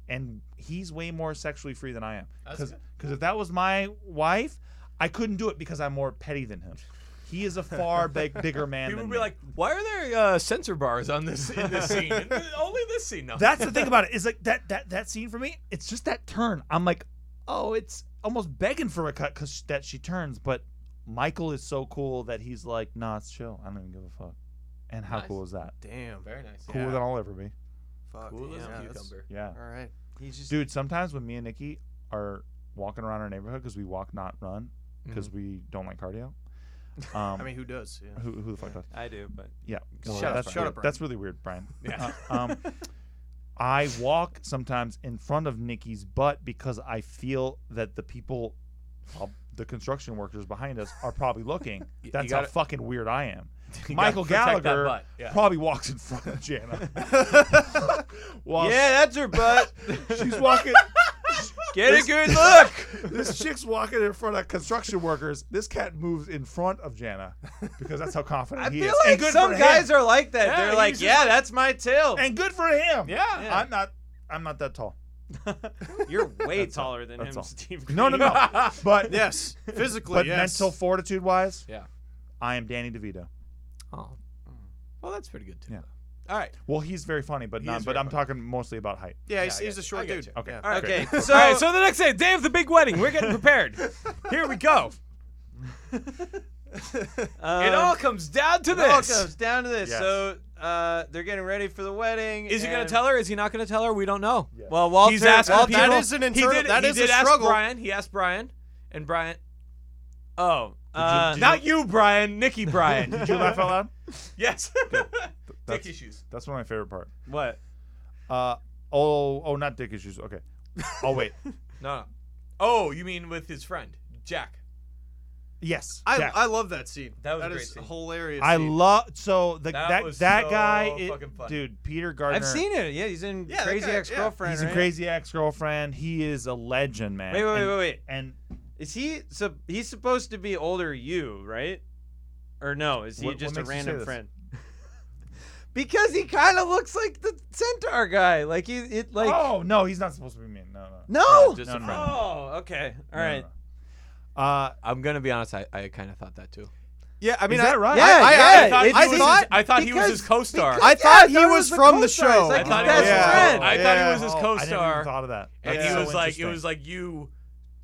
and he's way more sexually free than I am. That's Because good. if that was my wife, I couldn't do it because I'm more petty than him. He is a far big, bigger man. People than would me. be like, "Why are there uh, censor bars on this in this scene? Only this scene." No. That's the thing about it is like that that that scene for me. It's just that turn. I'm like, oh, it's almost begging for a cut because that she turns. But Michael is so cool that he's like, nah, it's chill. I don't even give a fuck. And how Nice. cool is that? Damn. very nice. Cooler than I'll ever be. Fuck. Cool as yeah, a that's- cucumber. Yeah, All right. He's just dude. Sometimes when me and Nikki are walking around our neighborhood because we walk not run because Mm-hmm. we don't like cardio. Um, I mean, who does? Yeah. who, who the fuck does? I do, but Yeah. yeah, Shut that's up, Brian. weird. Shut up, Brian. That's really weird, Brian. Yeah. Uh, um, I walk sometimes in front of Nikki's butt because I feel that the people, uh, the construction workers behind us, are probably looking. you That's gotta- how fucking weird I am. You gotta Michael protect that Gallagher butt, yeah. probably walks in front of Jana. While yeah, that's her butt. she's walking. Get a good look. this chick's walking in front of construction workers. This cat moves in front of Jana because that's how confident I he feel is. like and good some for guys him. are like that. Yeah, They're he's like, just yeah, that's my tail. and good for him. Yeah. Yeah. I'm not. I'm not that tall. You're way all. taller than That's him, all. Steve. No, no, Green. no. But yes. Physically, but yes. mental fortitude wise, Yeah. I am Danny DeVito. Oh. Well, that's pretty good too. Yeah. All right. Well, he's very funny, but He not. is But very I'm talking mostly about height. yeah, he's, Yeah, I he's get a you. short I get dude. you. Okay. Yeah. All right, Okay, great. so, All right. So the next day, day of the big wedding, we're getting prepared. Here we go. um, It Um, all comes down to it all this. goes down to this. Yes. So uh, they're getting ready for the wedding. Is he gonna and- tell her? Is he not gonna tell her? We don't know. Yeah. Well, Walter. He's asking Walter- people. That is an internal. he did, that he is did a ask struggle. Brian. He asked Brian, and Brian. Oh, uh, Did you- Not you, Brian. Nikki, Brian. Did you laugh out loud? yes. Dick That's, issues. that's one of my favorite part. what? Uh oh oh not dick issues. Okay. Oh wait. No, no. Oh, you mean with his friend Jack? Yes. I, Jack. I love that scene. That was a That great is scene. hilarious. I scene. love so the, That that that, was so guy i- fucking funny. dude Peter Gardner. I've seen it. Yeah, he's in Yeah, that Crazy guy- yeah. Ex-Girlfriend. He's a right? crazy ex girlfriend. He is a legend, man. Wait, wait, and, wait, wait, wait. And Is he? So he's supposed to be older you, right? Or no? Is he What- what just a makes you say random this? friend? because he kind of looks like the centaur guy. Like he, it, like oh no, he's not supposed to be mean. No, no. no. just a friend. Oh, okay. All no, right. no, no. Uh, I'm gonna be honest. I, I kind of thought that too. Yeah, I mean, is that I, right? Yeah, I- I yeah. thought he it's- was it's- his- I thought he was his co-star. because- I thought yeah, he it was from the co-star. show. He's like I thought his he best was- friend. I thought he was his Oh, I never co-star. even thought of that. And That's he so was like, it interesting. was like you,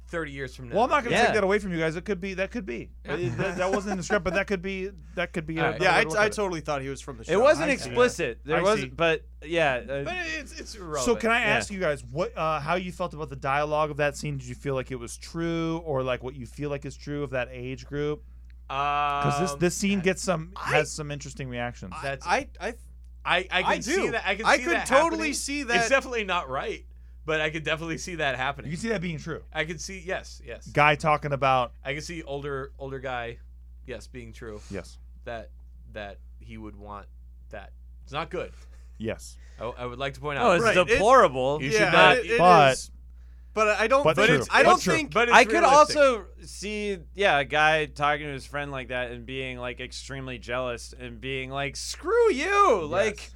30 years from now. Well, I'm not gonna Yeah. take that away from you guys. It could be that could be Yeah. It- that, that wasn't in the script, but that could be that could be. All right. another yeah, way I, to look I at totally thought he was from the show. It wasn't I see. explicit. There I was, see. but yeah. But Uh, it's it's it. irrelevant. So can I ask Yeah. you guys what uh, how you felt about the dialogue of that scene? Did you feel like it was true, or like what you feel like is true of that age group? Because Because this this scene gets some I- has some interesting reactions. I, That's- I, I, I I can I see do. that. I can. I see could that totally happening. see It's that. definitely not right, but I could definitely see that happening. you can see that being true. I could see yes, yes. Guy talking about I could see older older guy, yes, being true yes, that that he would want that. It's not good. yes, I, I would like to point out. oh, it's Right, it- deplorable. You yeah, should not- It, it but- is. but I don't. but think true. it's- I don't But true. think. but it's I could realistic. also see, yeah, a guy talking to his friend like that and being like extremely jealous and being like, "Screw you!" Like,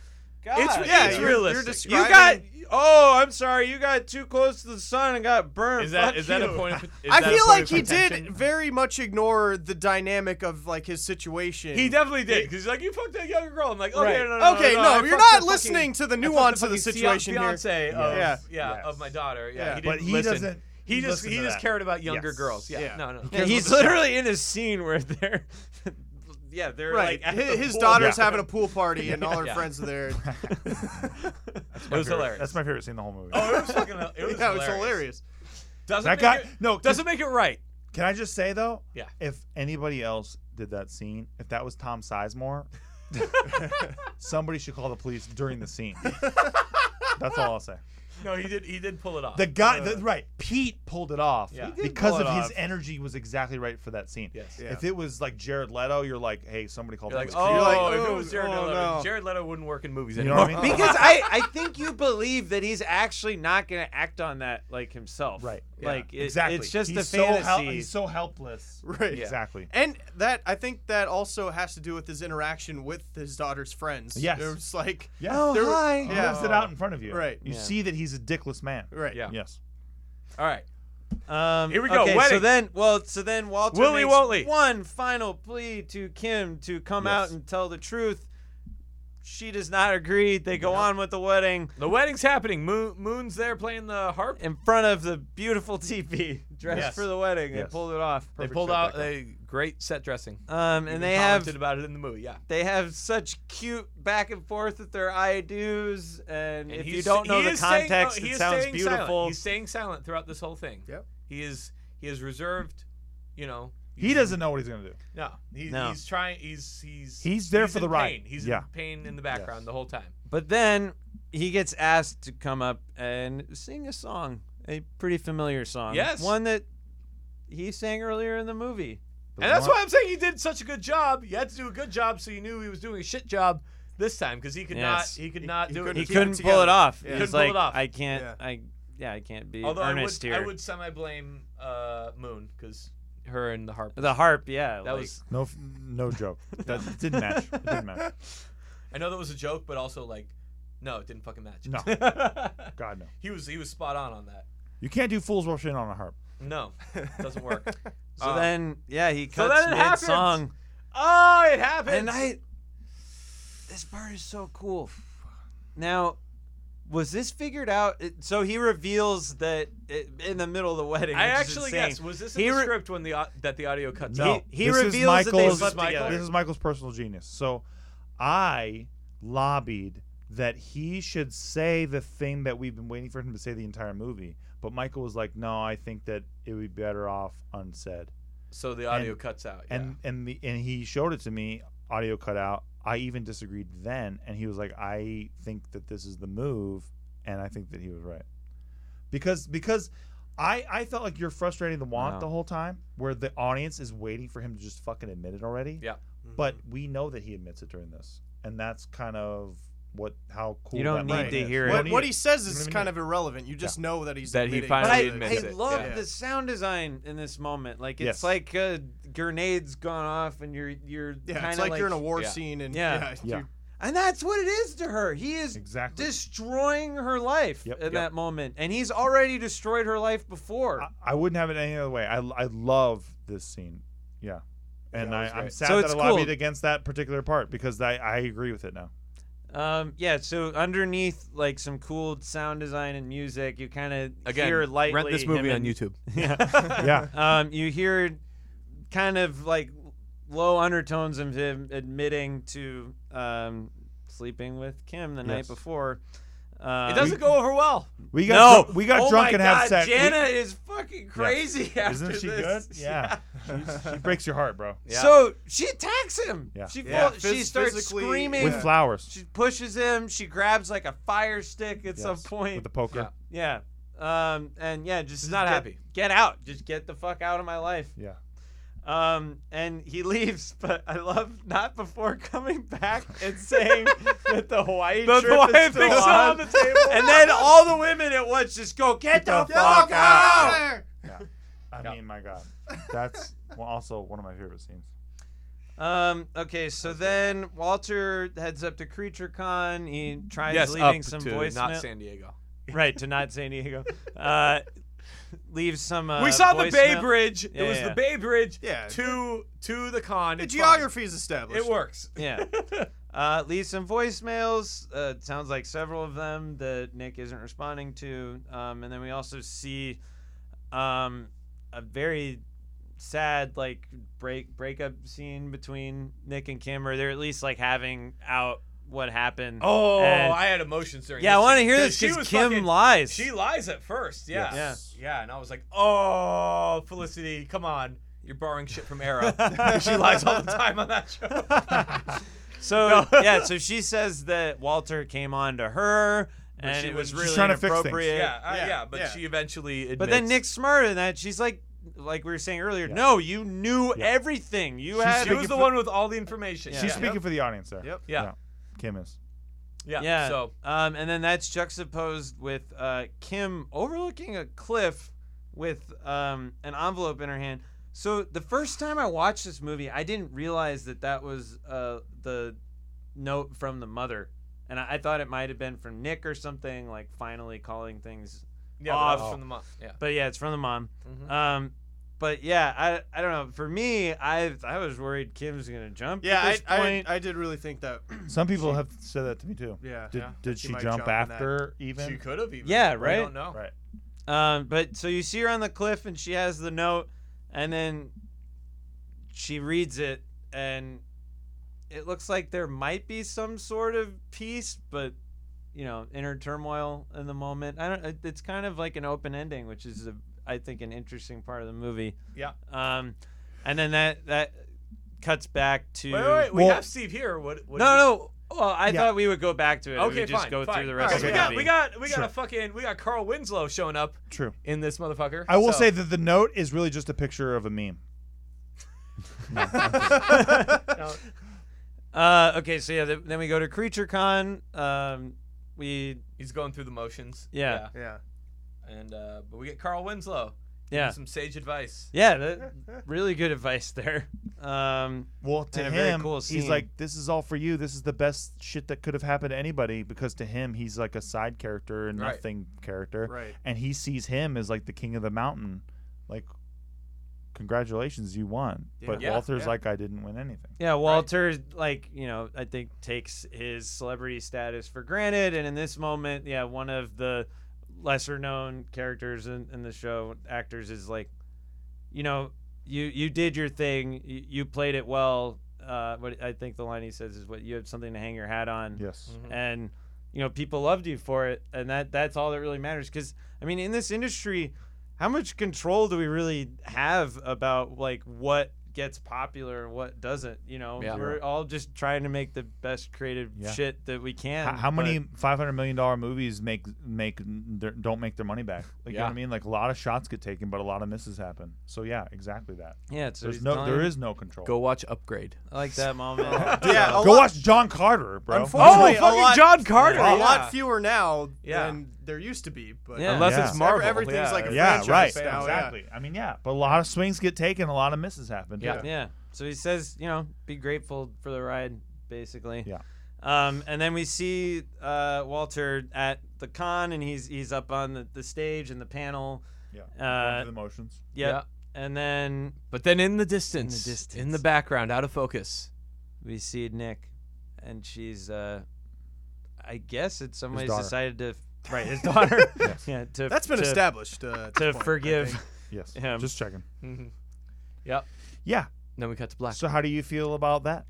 God, It's Yeah, yeah, it's you're, realistic. You're you describing, got. Oh, I'm sorry, you got too close to the sun and got burned. Is that Fuck is that a you. point? Of, is I that a feel point like of he contention? did very much ignore the dynamic of like his situation. He definitely did because he's like, "You fucked that younger girl." I'm like, "Okay, Right. no, no, no, Okay, no, no, I you're fucked not the listening fucking- to the I fucked nuance of the fucking situation here. fiance Of, yeah, Yes. yeah, Yes. of my daughter. Yeah, Yeah. He but didn't he listen. doesn't. He just listen he to just that. cared about younger Yes. care's. Yeah, Yeah. no, no. Yeah, he's literally in a scene where they're. yeah, they're Right. like at his the his pool. daughter's Yeah. having a pool party and all her Yeah. friends are there. It was hilarious. That's my favorite scene in the whole movie. Oh, it was fucking. It was yeah, hilarious. it's hilarious. Doesn't that make guy. it, no, doesn't make it right. Can I just say though? Yeah. If anybody else did that scene, if that was Tom Sizemore, somebody should call the police during the scene. That's all I'll say. No, he did. He did pull it off. The guy, the, right? Pete pulled it off Yeah. He did because pull it of his off. energy was exactly right for that scene. yes. Yeah. If it was like Jared Leto, you're like, hey, somebody called. You're the like, police. oh, You're like, if it oh, was Jared oh, Leto, no. Jared Leto wouldn't work in movies You know anymore. what I mean? because I, I think you believe that he's actually not going to act on that like himself. Right. Yeah. Like it- exactly. It's just he's a so hel- fantasy. he's so helpless. Right. Exactly. And that I think that also has to do with his interaction with his daughter's friends. Yes. It was like Yeah. Oh, There- hi. He yeah. lives it out in front of you. Right. You Yeah. see that he's a dickless man. right. Yeah. Yes. All right. Um, Here we go, Okay, so wedding. then, well, so then Walter Willy makes Wonly. one final plea to Kim to come out Yes. and tell the truth. She does not agree. They go on with the wedding The wedding's happening. Moon, Moon's there playing the harp. in front of the beautiful teepee, dressed Yes. for the wedding. They Yes. pulled it off. They pulled out a great set dressing. Um, and Even they have commented about it in the movie. Yeah. they have such cute back and forth with their I do's, and, if you he's- don't know he the is staying- no, context, he it is sounds staying silent. beautiful. He's staying silent throughout this whole thing. Yep. He is he is reserved. You know. He doesn't know what he's gonna do. No. He, No. He's trying. He's he's He's there for in the ride. pain. He's Yeah. in pain in the background Yes. the whole time. But then he gets asked to come up and sing a song, a pretty familiar song. Yes. One that he sang earlier in the movie. And that's why I'm saying he did such a good job. You had to do a good job, so you knew he was doing a shit job this time because he could Yes. not. He could not he do it. couldn't He keep it couldn't pull it together. off. Yeah. He was Couldn't pull like, it off. I can't, Yeah. I, yeah, I can't be Although I would, earnest I here. would semi blame uh, Moon because her and the harp. The harp, yeah. That like- was. No, f- no joke. That didn't match. It didn't match. I know that was a joke, but also like, no, it didn't fucking match. No. No. God no. he was he was spot on on that. You can't do fools rush in on a harp. No, doesn't work. So Um, uh, then, yeah, he so cuts then it mid happens. song, oh, it happened. and I. This part is so cool. Now, was this figured out? It- so he reveals that it, in the middle of the wedding. I which is actually insane. guess was this in He the re- script when the au- that the audio cuts No. out? he this reveals is that they Michael's, slept together. This is Michael's personal genius. So I lobbied that he should say the thing that we've been waiting for him to say the entire movie. But Michael was like, "No, I think that it would be better off unsaid." So the audio And- cuts out. yeah. And and the and he showed it to me, audio cut out. I even disagreed then, and he was like, "I think that this is the move," and I think that he was right, because because I I felt like you're frustrating the want Wow. the whole time, where the audience is waiting for him to just fucking admit it already. Yeah. Mm. But we know that he admits it during this, and that's kind of what how cool. You don't that need to moment is. hear it. You don't What, need what he says You is don't kind need of irrelevant. You just know that he's That he admitting- But finally I, Nobody admits I it, love yeah. the sound design in this moment. Like it's Yes. like a grenade's gone off and you're you're Yeah, kind it's of like, you're in a war yeah. scene and Yeah. yeah, Yeah. you- and that's what it is to her. He is exactly. destroying her life Yep. in Yep. Uh, that moment, and he's already destroyed her life before. I, I wouldn't have it any other way. I, I love this scene. Yeah. And Yeah, I, it was I'm great. sad So that it's I lobbied cool. against that particular part because I, I agree with it now. um, yeah. So underneath like some cool sound design and music, you kind of Again, hear lightly. rent this him movie on and- YouTube. Yeah. Yeah. um, you hear kind of like low undertones of him admitting to um, sleeping with Kim the night Yes. before. Uh, It doesn't go over well. We no, got drunk, we got oh drunk my and God, had sex. We- Jana is fucking crazy after Isn't she this. good? Yeah. She's- she breaks your heart, bro. Yeah. So she attacks him. Yeah. She Yeah, fall- she phys- starts physically, screaming. With Yeah. flowers. she pushes him. She grabs like a fire stick at some Yes. point. With the poker. Yeah. yeah. Um. And yeah, just She's not get- happy. Get out. Just get the fuck out of my life. Yeah. Um, and he leaves, but I love not before coming back and saying that the Hawaii The trip Hawaiian is still thing's still on. on the table. And then all the women at once just go, get the, the fuck, fuck out! Oh! I mean, my God. That's well, also one of my favorite scenes. Um, okay, so then Walter heads up to Creature Con. He tries yes, leaving up some to voice not note- San Diego. right to not San Diego. Uh, leaves some. Uh, we saw the voice Bay note. Bridge. Yeah, it was yeah. the Bay Bridge Yeah. to to the con. the It's geography is fine. established. It works. Yeah. Uh, leave some voicemails. Uh, it sounds like several of them that Nick isn't responding to. Um, and then we also see um, a very sad like break breakup scene between Nick and Kim, or they're at least like having out what happened. Oh, And- I had emotions during. yeah, I this want to scene. hear this She because was Kim fucking- lies. She lies at first. Yeah. Yes. Yeah, and I was like, oh, Felicity, come on. You're borrowing shit from Arrow. she lies all the time on that show. so yeah, so she says that Walter came on to her, and she it was- was she's really trying to fix things. inappropriate. yeah, uh, Yeah, yeah, but yeah. she eventually admits. But then Nick's smarter than that. She's like, like we were saying earlier. No, you knew Yeah. everything. You had. She was the one with all the information. Yeah. She's yeah. speaking for the audience there. Yep. Yeah. Kim is. Yeah. Yeah. So Um, and then that's juxtaposed with uh, Kim overlooking a cliff with um, an envelope in her hand. So the first time I watched this movie, I didn't realize that that was uh, the note from the mother, and I, I thought it might have been from Nick or something, like finally calling things Yeah, but off. that was from the mom. Yeah. But yeah, it's from the mom. Mm-hmm. Mhm. Um, but yeah, I I don't know. For me, I I was worried Kim's gonna jump. Yeah, at this I, point. I I did really think that. Some people have said that to me too. Yeah. Did, yeah, did she she, might jump jump in that. after even? She could have even. Yeah, We right? don't know. Right. Um, but so you see her on the cliff and she has the note, and then she reads it, and it looks like there might be some sort of peace, but you know, inner turmoil in the moment. I don't. it- It's kind of like an open ending, which is a, I think an interesting part of the movie. Yeah. Um, and then that that cuts back to Wait, wait, wait. We Well- have Steve here. What? what no no. Well, I Yeah. thought we would go back to it. Okay, we just fine. go fine. through the rest All of right, the we got, movie. we got, we got Sure. a fucking, we got Carl Winslow showing up True. in this motherfucker. I will so- say that the note is really just a picture of a meme. Uh, okay, so yeah, th- then we go to Creature Con. Um, we he's going through the motions. Yeah. Yeah. yeah. And uh, but we get Carl Winslow. Give yeah him Some sage advice. yeah, that, really good advice there. Um, Well, to And a very him, cool he's scene. like, "This is all for you. This is the best shit that could have happened to anybody." Because to him, he's like a side character and Right. nothing character, Right. and he sees him as like the king of the mountain. Like, congratulations, you won. But Yeah, Walter's yeah. like, "I didn't win anything." yeah, Walter like you know I think takes his celebrity status for granted, and in this moment, yeah, one of the lesser known characters in, in the show actors is like, you know, you you did your thing, you, you played it well. Uh, what I think the line he says is, "What you have something to hang your hat on." Yes. and you know people loved you for it and that that's all that really matters because i mean in this industry how much control do we really have about like what gets popular and what doesn't you know Yeah. we're all just trying to make the best creative Yeah. shit that we can How, how Um, but- many five hundred million dollar movies make make their, don't make their money back? Like, you know Yeah. what I mean? Like, a lot of shots get taken, but a lot of misses happen. So yeah, exactly that. yeah so There's he's no, telling there him- is no control. Go watch Upgrade. I like that moment Yeah. So- a Go lot- watch John Carter, bro. Oh, Unfortunately, a lot- John Carter. A lot fewer now Yeah. than there used to be, but Yeah. Unless Yeah. it's Marvel. Every- everything's yeah. like a yeah, right. franchise now, yeah. exactly. I mean, yeah, but a lot of swings get taken, a lot of misses happen. too. Yeah. Yeah. So he says, you know, be grateful for the ride, basically. Yeah. Um, and then we see uh, Walter at the con, and he's he's up on the, the stage and the panel. Yeah. Going Uh, through the motions. yep. And then But then in the distance, distance. in the background, out of focus. we see Nick, and she's, uh, I guess, in some His ways, daughter. decided to right his daughter. Yes. Yeah. To, that's been to, established. Uh, at To this point, I forgive. think. Yes. Yeah. Just checking. Mm-hmm. Yeah. Then we cut to black. So, how do you feel about that?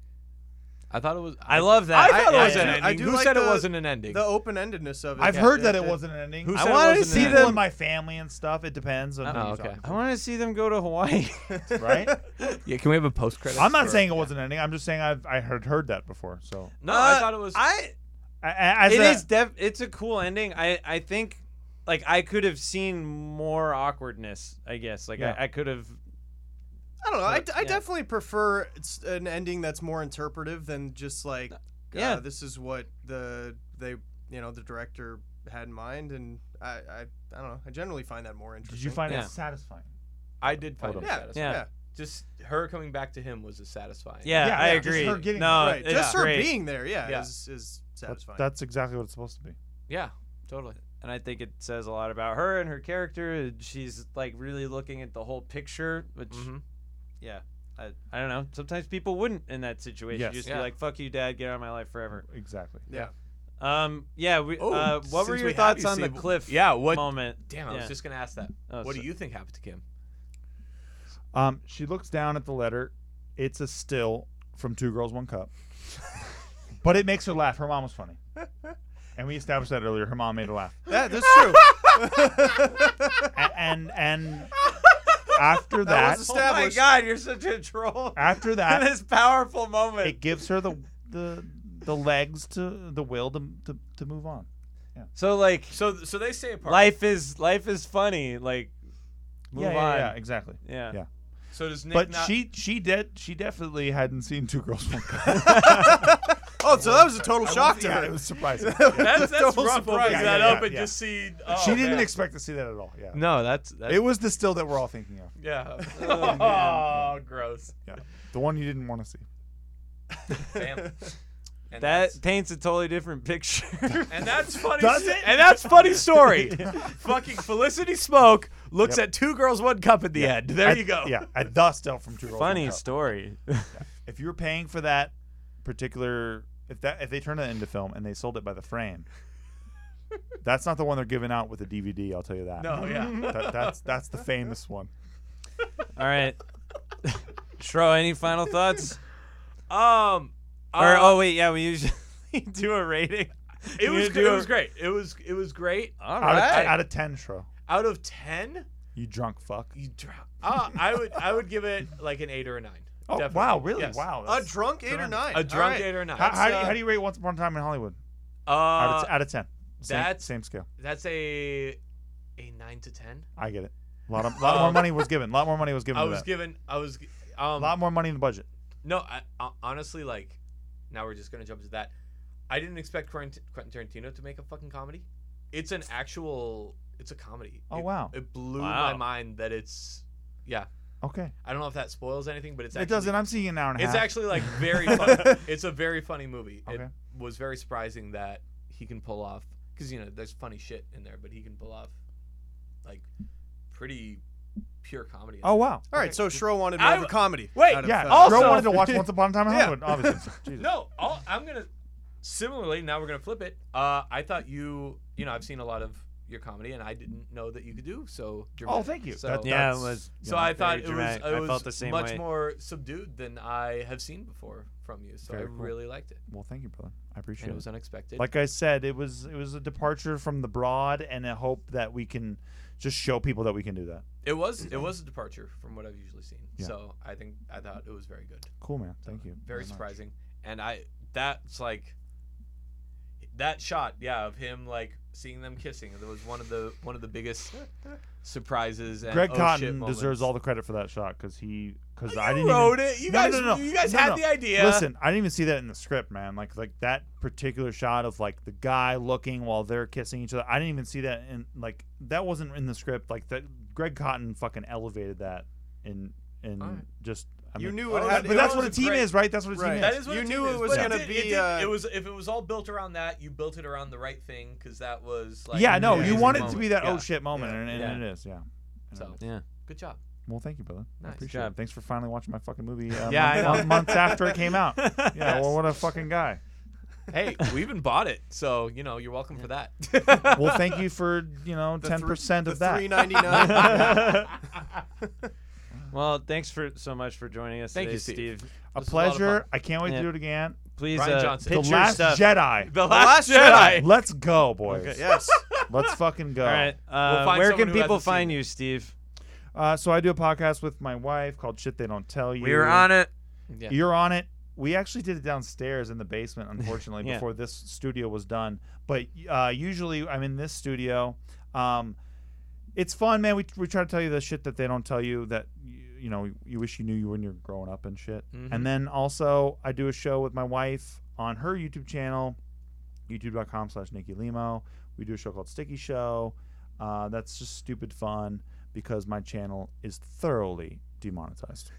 I thought it was. I love that. I thought it was I an do- I ending. do Who like said it the- wasn't an ending? The open-endedness of it. I've yeah, heard that it wasn't an ending. Who I said it wanted to wasn't see an them- People in my family and stuff. It depends on. Oh, who you're okay. I talking want to see them go to Hawaii. to, right. ending? Yeah, can we have a post credit? I'm not saying it wasn't an ending. I'm just saying I've I had heard that before. So, No, Uh, I thought it was. I I- I- as It a- is def it's a cool ending i i think like i could have seen more awkwardness i guess like Yeah. i, I could have I don't know. I, But, I yeah. definitely prefer it's an ending that's more interpretive than just like, yeah. yeah, this is what the they you know the director had in mind, and I I, I don't know. I generally find that more interesting. Did you find Yeah. it satisfying? I did find it Hold on. satisfying. Yeah. Just her coming back to him was a satisfying. yeah, Yeah, i yeah, just agree her getting- no right? it's Just her great. being there, yeah, Yeah. is is That- satisfying. That's exactly what it's supposed to be. Yeah. Totally. and i think it says a lot about her and her character and she's like really looking at the whole picture which Mm-hmm. Mhm. yeah I, I don't know sometimes people wouldn't in that situation Yes. just Yeah. be like fuck you dad get out of my life forever Exactly. yeah. um yeah we, uh, what were Oh, since your we have thoughts you, on the Steve, cliff Yeah. What? moment Damn, I Yeah. was just gonna ask that. Oh, what so- do you think happened to Kim? Um, she looks down at the letter. It's a still from Two Girls One Cup, but it makes her laugh. Her mom was funny, and we established that earlier. Her mom made her laugh, That, that's true. and and, and after that, That was oh my Established. god you're such a troll after that, this powerful moment it gives her the the the legs to the will to to, to move on. so like So, so they stay apart. life is life is funny. Like move yeah, yeah, on. yeah, exactly. Yeah. Yeah. so does Nick But not? she she did she definitely hadn't seen Two Girls One Cup. oh, so that was a total shock to yeah, her. it was surprising. that's that's Don't rough. surprise Opening me. that Yeah, up yeah, and yeah. just see. Oh, she didn't man. expect to see that at all. Yeah, No, that's, that's it was the still that we're all thinking of. yeah. Oh, man. Oh, gross. Yeah, the one you didn't want to see. Damn. And That that's, paints a totally different picture. and that's funny. Does sto- it? And that's funny story. Fucking Felicity Smoke looks Yep. at two girls, one cup at the end. There At- you go. Yeah, I dust out from two Girls, One Funny Cup. story. If you were paying for that particular, if that if they turned it into film and they sold it by the frame, that's not the one they're giving out with a DVD. I'll tell you that. No, yeah. That- that's that's the famous one. All right. Shro, any final thoughts? Um. or uh, oh wait, yeah, we usually do a rating. it we was do gr- it a- was great. It was it was great. All Out, right. of, out of ten, Shro. Out of ten, You drunk fuck. you drop. ah, Uh, I would I would give it like an eight or a nine. Oh Definitely. wow, really? Yes. Wow. A that's- drunk eight or Drunk. nine. A drunk All right. eight or a nine. how, how, do you, uh, how do you rate Once Upon a Time in Hollywood? Uh, out, of, t- out of ten. Same, that's- same scale. that's a a nine to ten. I get it. A lot of lot more money was given. A lot more money was given. Um, I to was that. given. I was. g- Um, a lot more money in the budget. No, I, hon- honestly, like, now we're just gonna jump to that. I didn't expect Quentin Quentin Tarantino to make a fucking comedy. It's an actual. It's a comedy. Oh, It- wow. It blew my Wow. mind that it's. Yeah, Okay, I don't know if that spoils anything, but it's. it Actually, doesn't. I'm seeing an hour and a It's half. actually like very. Fun. it's a very funny movie. It Okay. was very surprising that he can pull off because you know there's funny shit in there, but he can pull off like pretty pure comedy. Oh wow. All right, so Shro wanted I more of a w- comedy. Wait, out of, Yeah, uh, also- Joe wanted to watch Once Upon a Time in Yeah. Hollywood. Obviously, Jesus. No, all, Oh, I'm gonna. Similarly, now we're gonna flip it. Uh, I thought you, you know, I've seen a lot of your comedy, and I didn't know that you could do so. Dramatic. Oh, thank you. So, That- yeah, it that's- was. so I thought very it was, dramatic. it I was felt the same much way. more subdued than I have seen before from you. So I Very cool. really liked it, Well, thank you, brother. I and appreciate it it. was unexpected. Like I said, it was it was a departure from the broad, and I hope that we can just show people that we can do that. it was, it was a departure from what I've usually seen. Mm-hmm. Yeah. So I think I thought it was very good. Cool, man. Thank you. very much. surprising. And I that's like that shot, yeah, of him like seeing them kissing. That was one of the one of the biggest surprises. And Greg oh, shit Cotton moments. deserves all the credit for that shot because he because You I didn't wrote even, it. You No, guys, no, no, no. you guys No, had no. the idea. Listen, I didn't even see that in the script, man. Like like that particular shot of like the guy looking while they're kissing each other. I didn't even see that in like that wasn't in the script. Like that Greg Cotton fucking elevated that in in Alright. just I You mean, knew it Oh, had but it to- that's was what a team great- is, right? That's what a team Right. is. That is what You it knew is, it was but gonna did- be, It, did- uh, it was if it was all built around that. You built it around the right thing because that was like yeah, no, an you amazing want it to moment. be that Yeah. oh shit moment, Yeah. and, and Yeah. it is, yeah. And So it is. Yeah. good job. well, thank you, brother. I Nice appreciate job. it. Thanks for finally watching my fucking movie. Uh, Yeah, I month- know. month- months after it came out. Yeah, well, Yes. what a fucking guy. hey, we even bought it, so you know you're welcome for that. Well, thank you for you know The ten percent thr- of the that. Three ninety nine. Well, thanks for so much for joining us. Thank today, you, Steve. Steve. A This was a lot of pleasure. fun. I can't wait Yeah. to do it again. Please, Brian uh, Johnson. pitch the your Last stuff. Jedi. The Last Last, Jedi. Jedi. Let's go, boys. yes. Let's fucking go. All right. Uh, find where can someone who people hasn't seen find it. you, Steve? Uh, so I do a podcast with my wife called "Shit They Don't Tell You." it. Yeah. You're on it. We actually did it downstairs in the basement, unfortunately, Yeah. before this studio was done. But uh, usually I'm in this studio. Um, it's fun, man. We, we try to tell you the shit that they don't tell you that you, you know you wish you knew you when you're growing up and shit. Mm-hmm. And then also I do a show with my wife on her YouTube channel, youtube.com slash Nikki Limo. We do a show called Sticky Show. Uh, that's just stupid fun because my channel is thoroughly demonetized.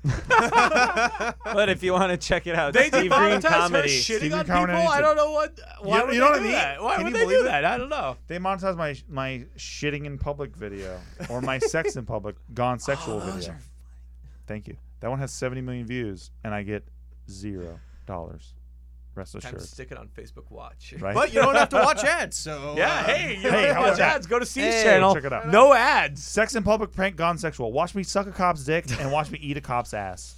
But if you want to check it out, They Steve demonetized Green her Comedy. shitting Steve on Green Comedy people. I to- don't know what. Why You- would you they know what do I mean? that? Why Can would you they do believe it? that? I don't know. They monetize my my shitting in public video or my sex in public gone sexual video. Thank you. That one has 70 million views and I get zero dollars. Rest Time assured. to stick it on Facebook Watch. Right? but you don't have to watch ads. So Yeah. uh, Hey. You Hey, hey. how watch about that? ads. Go to Steve's Hey, channel. check it out. No ads. Sex in public prank gone sexual. Watch me suck a cop's dick and watch me eat a cop's ass.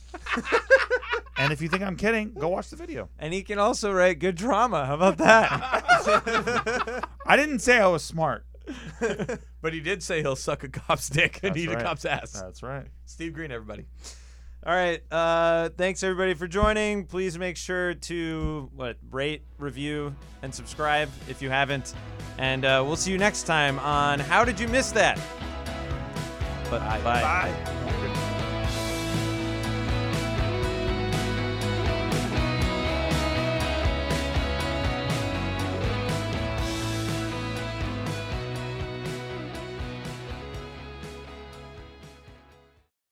and if you think I'm kidding, go watch the video. And he can also write good drama. How about that? I didn't say I was smart. But he did say he'll suck a cop's dick and That's eat right. a cop's ass. That's right. Steve Green, everybody. All right. Uh, thanks everybody for joining. Please make sure to what rate, review, and subscribe if you haven't. And uh, we'll see you next time on How Did You Miss That? But bye. Bye.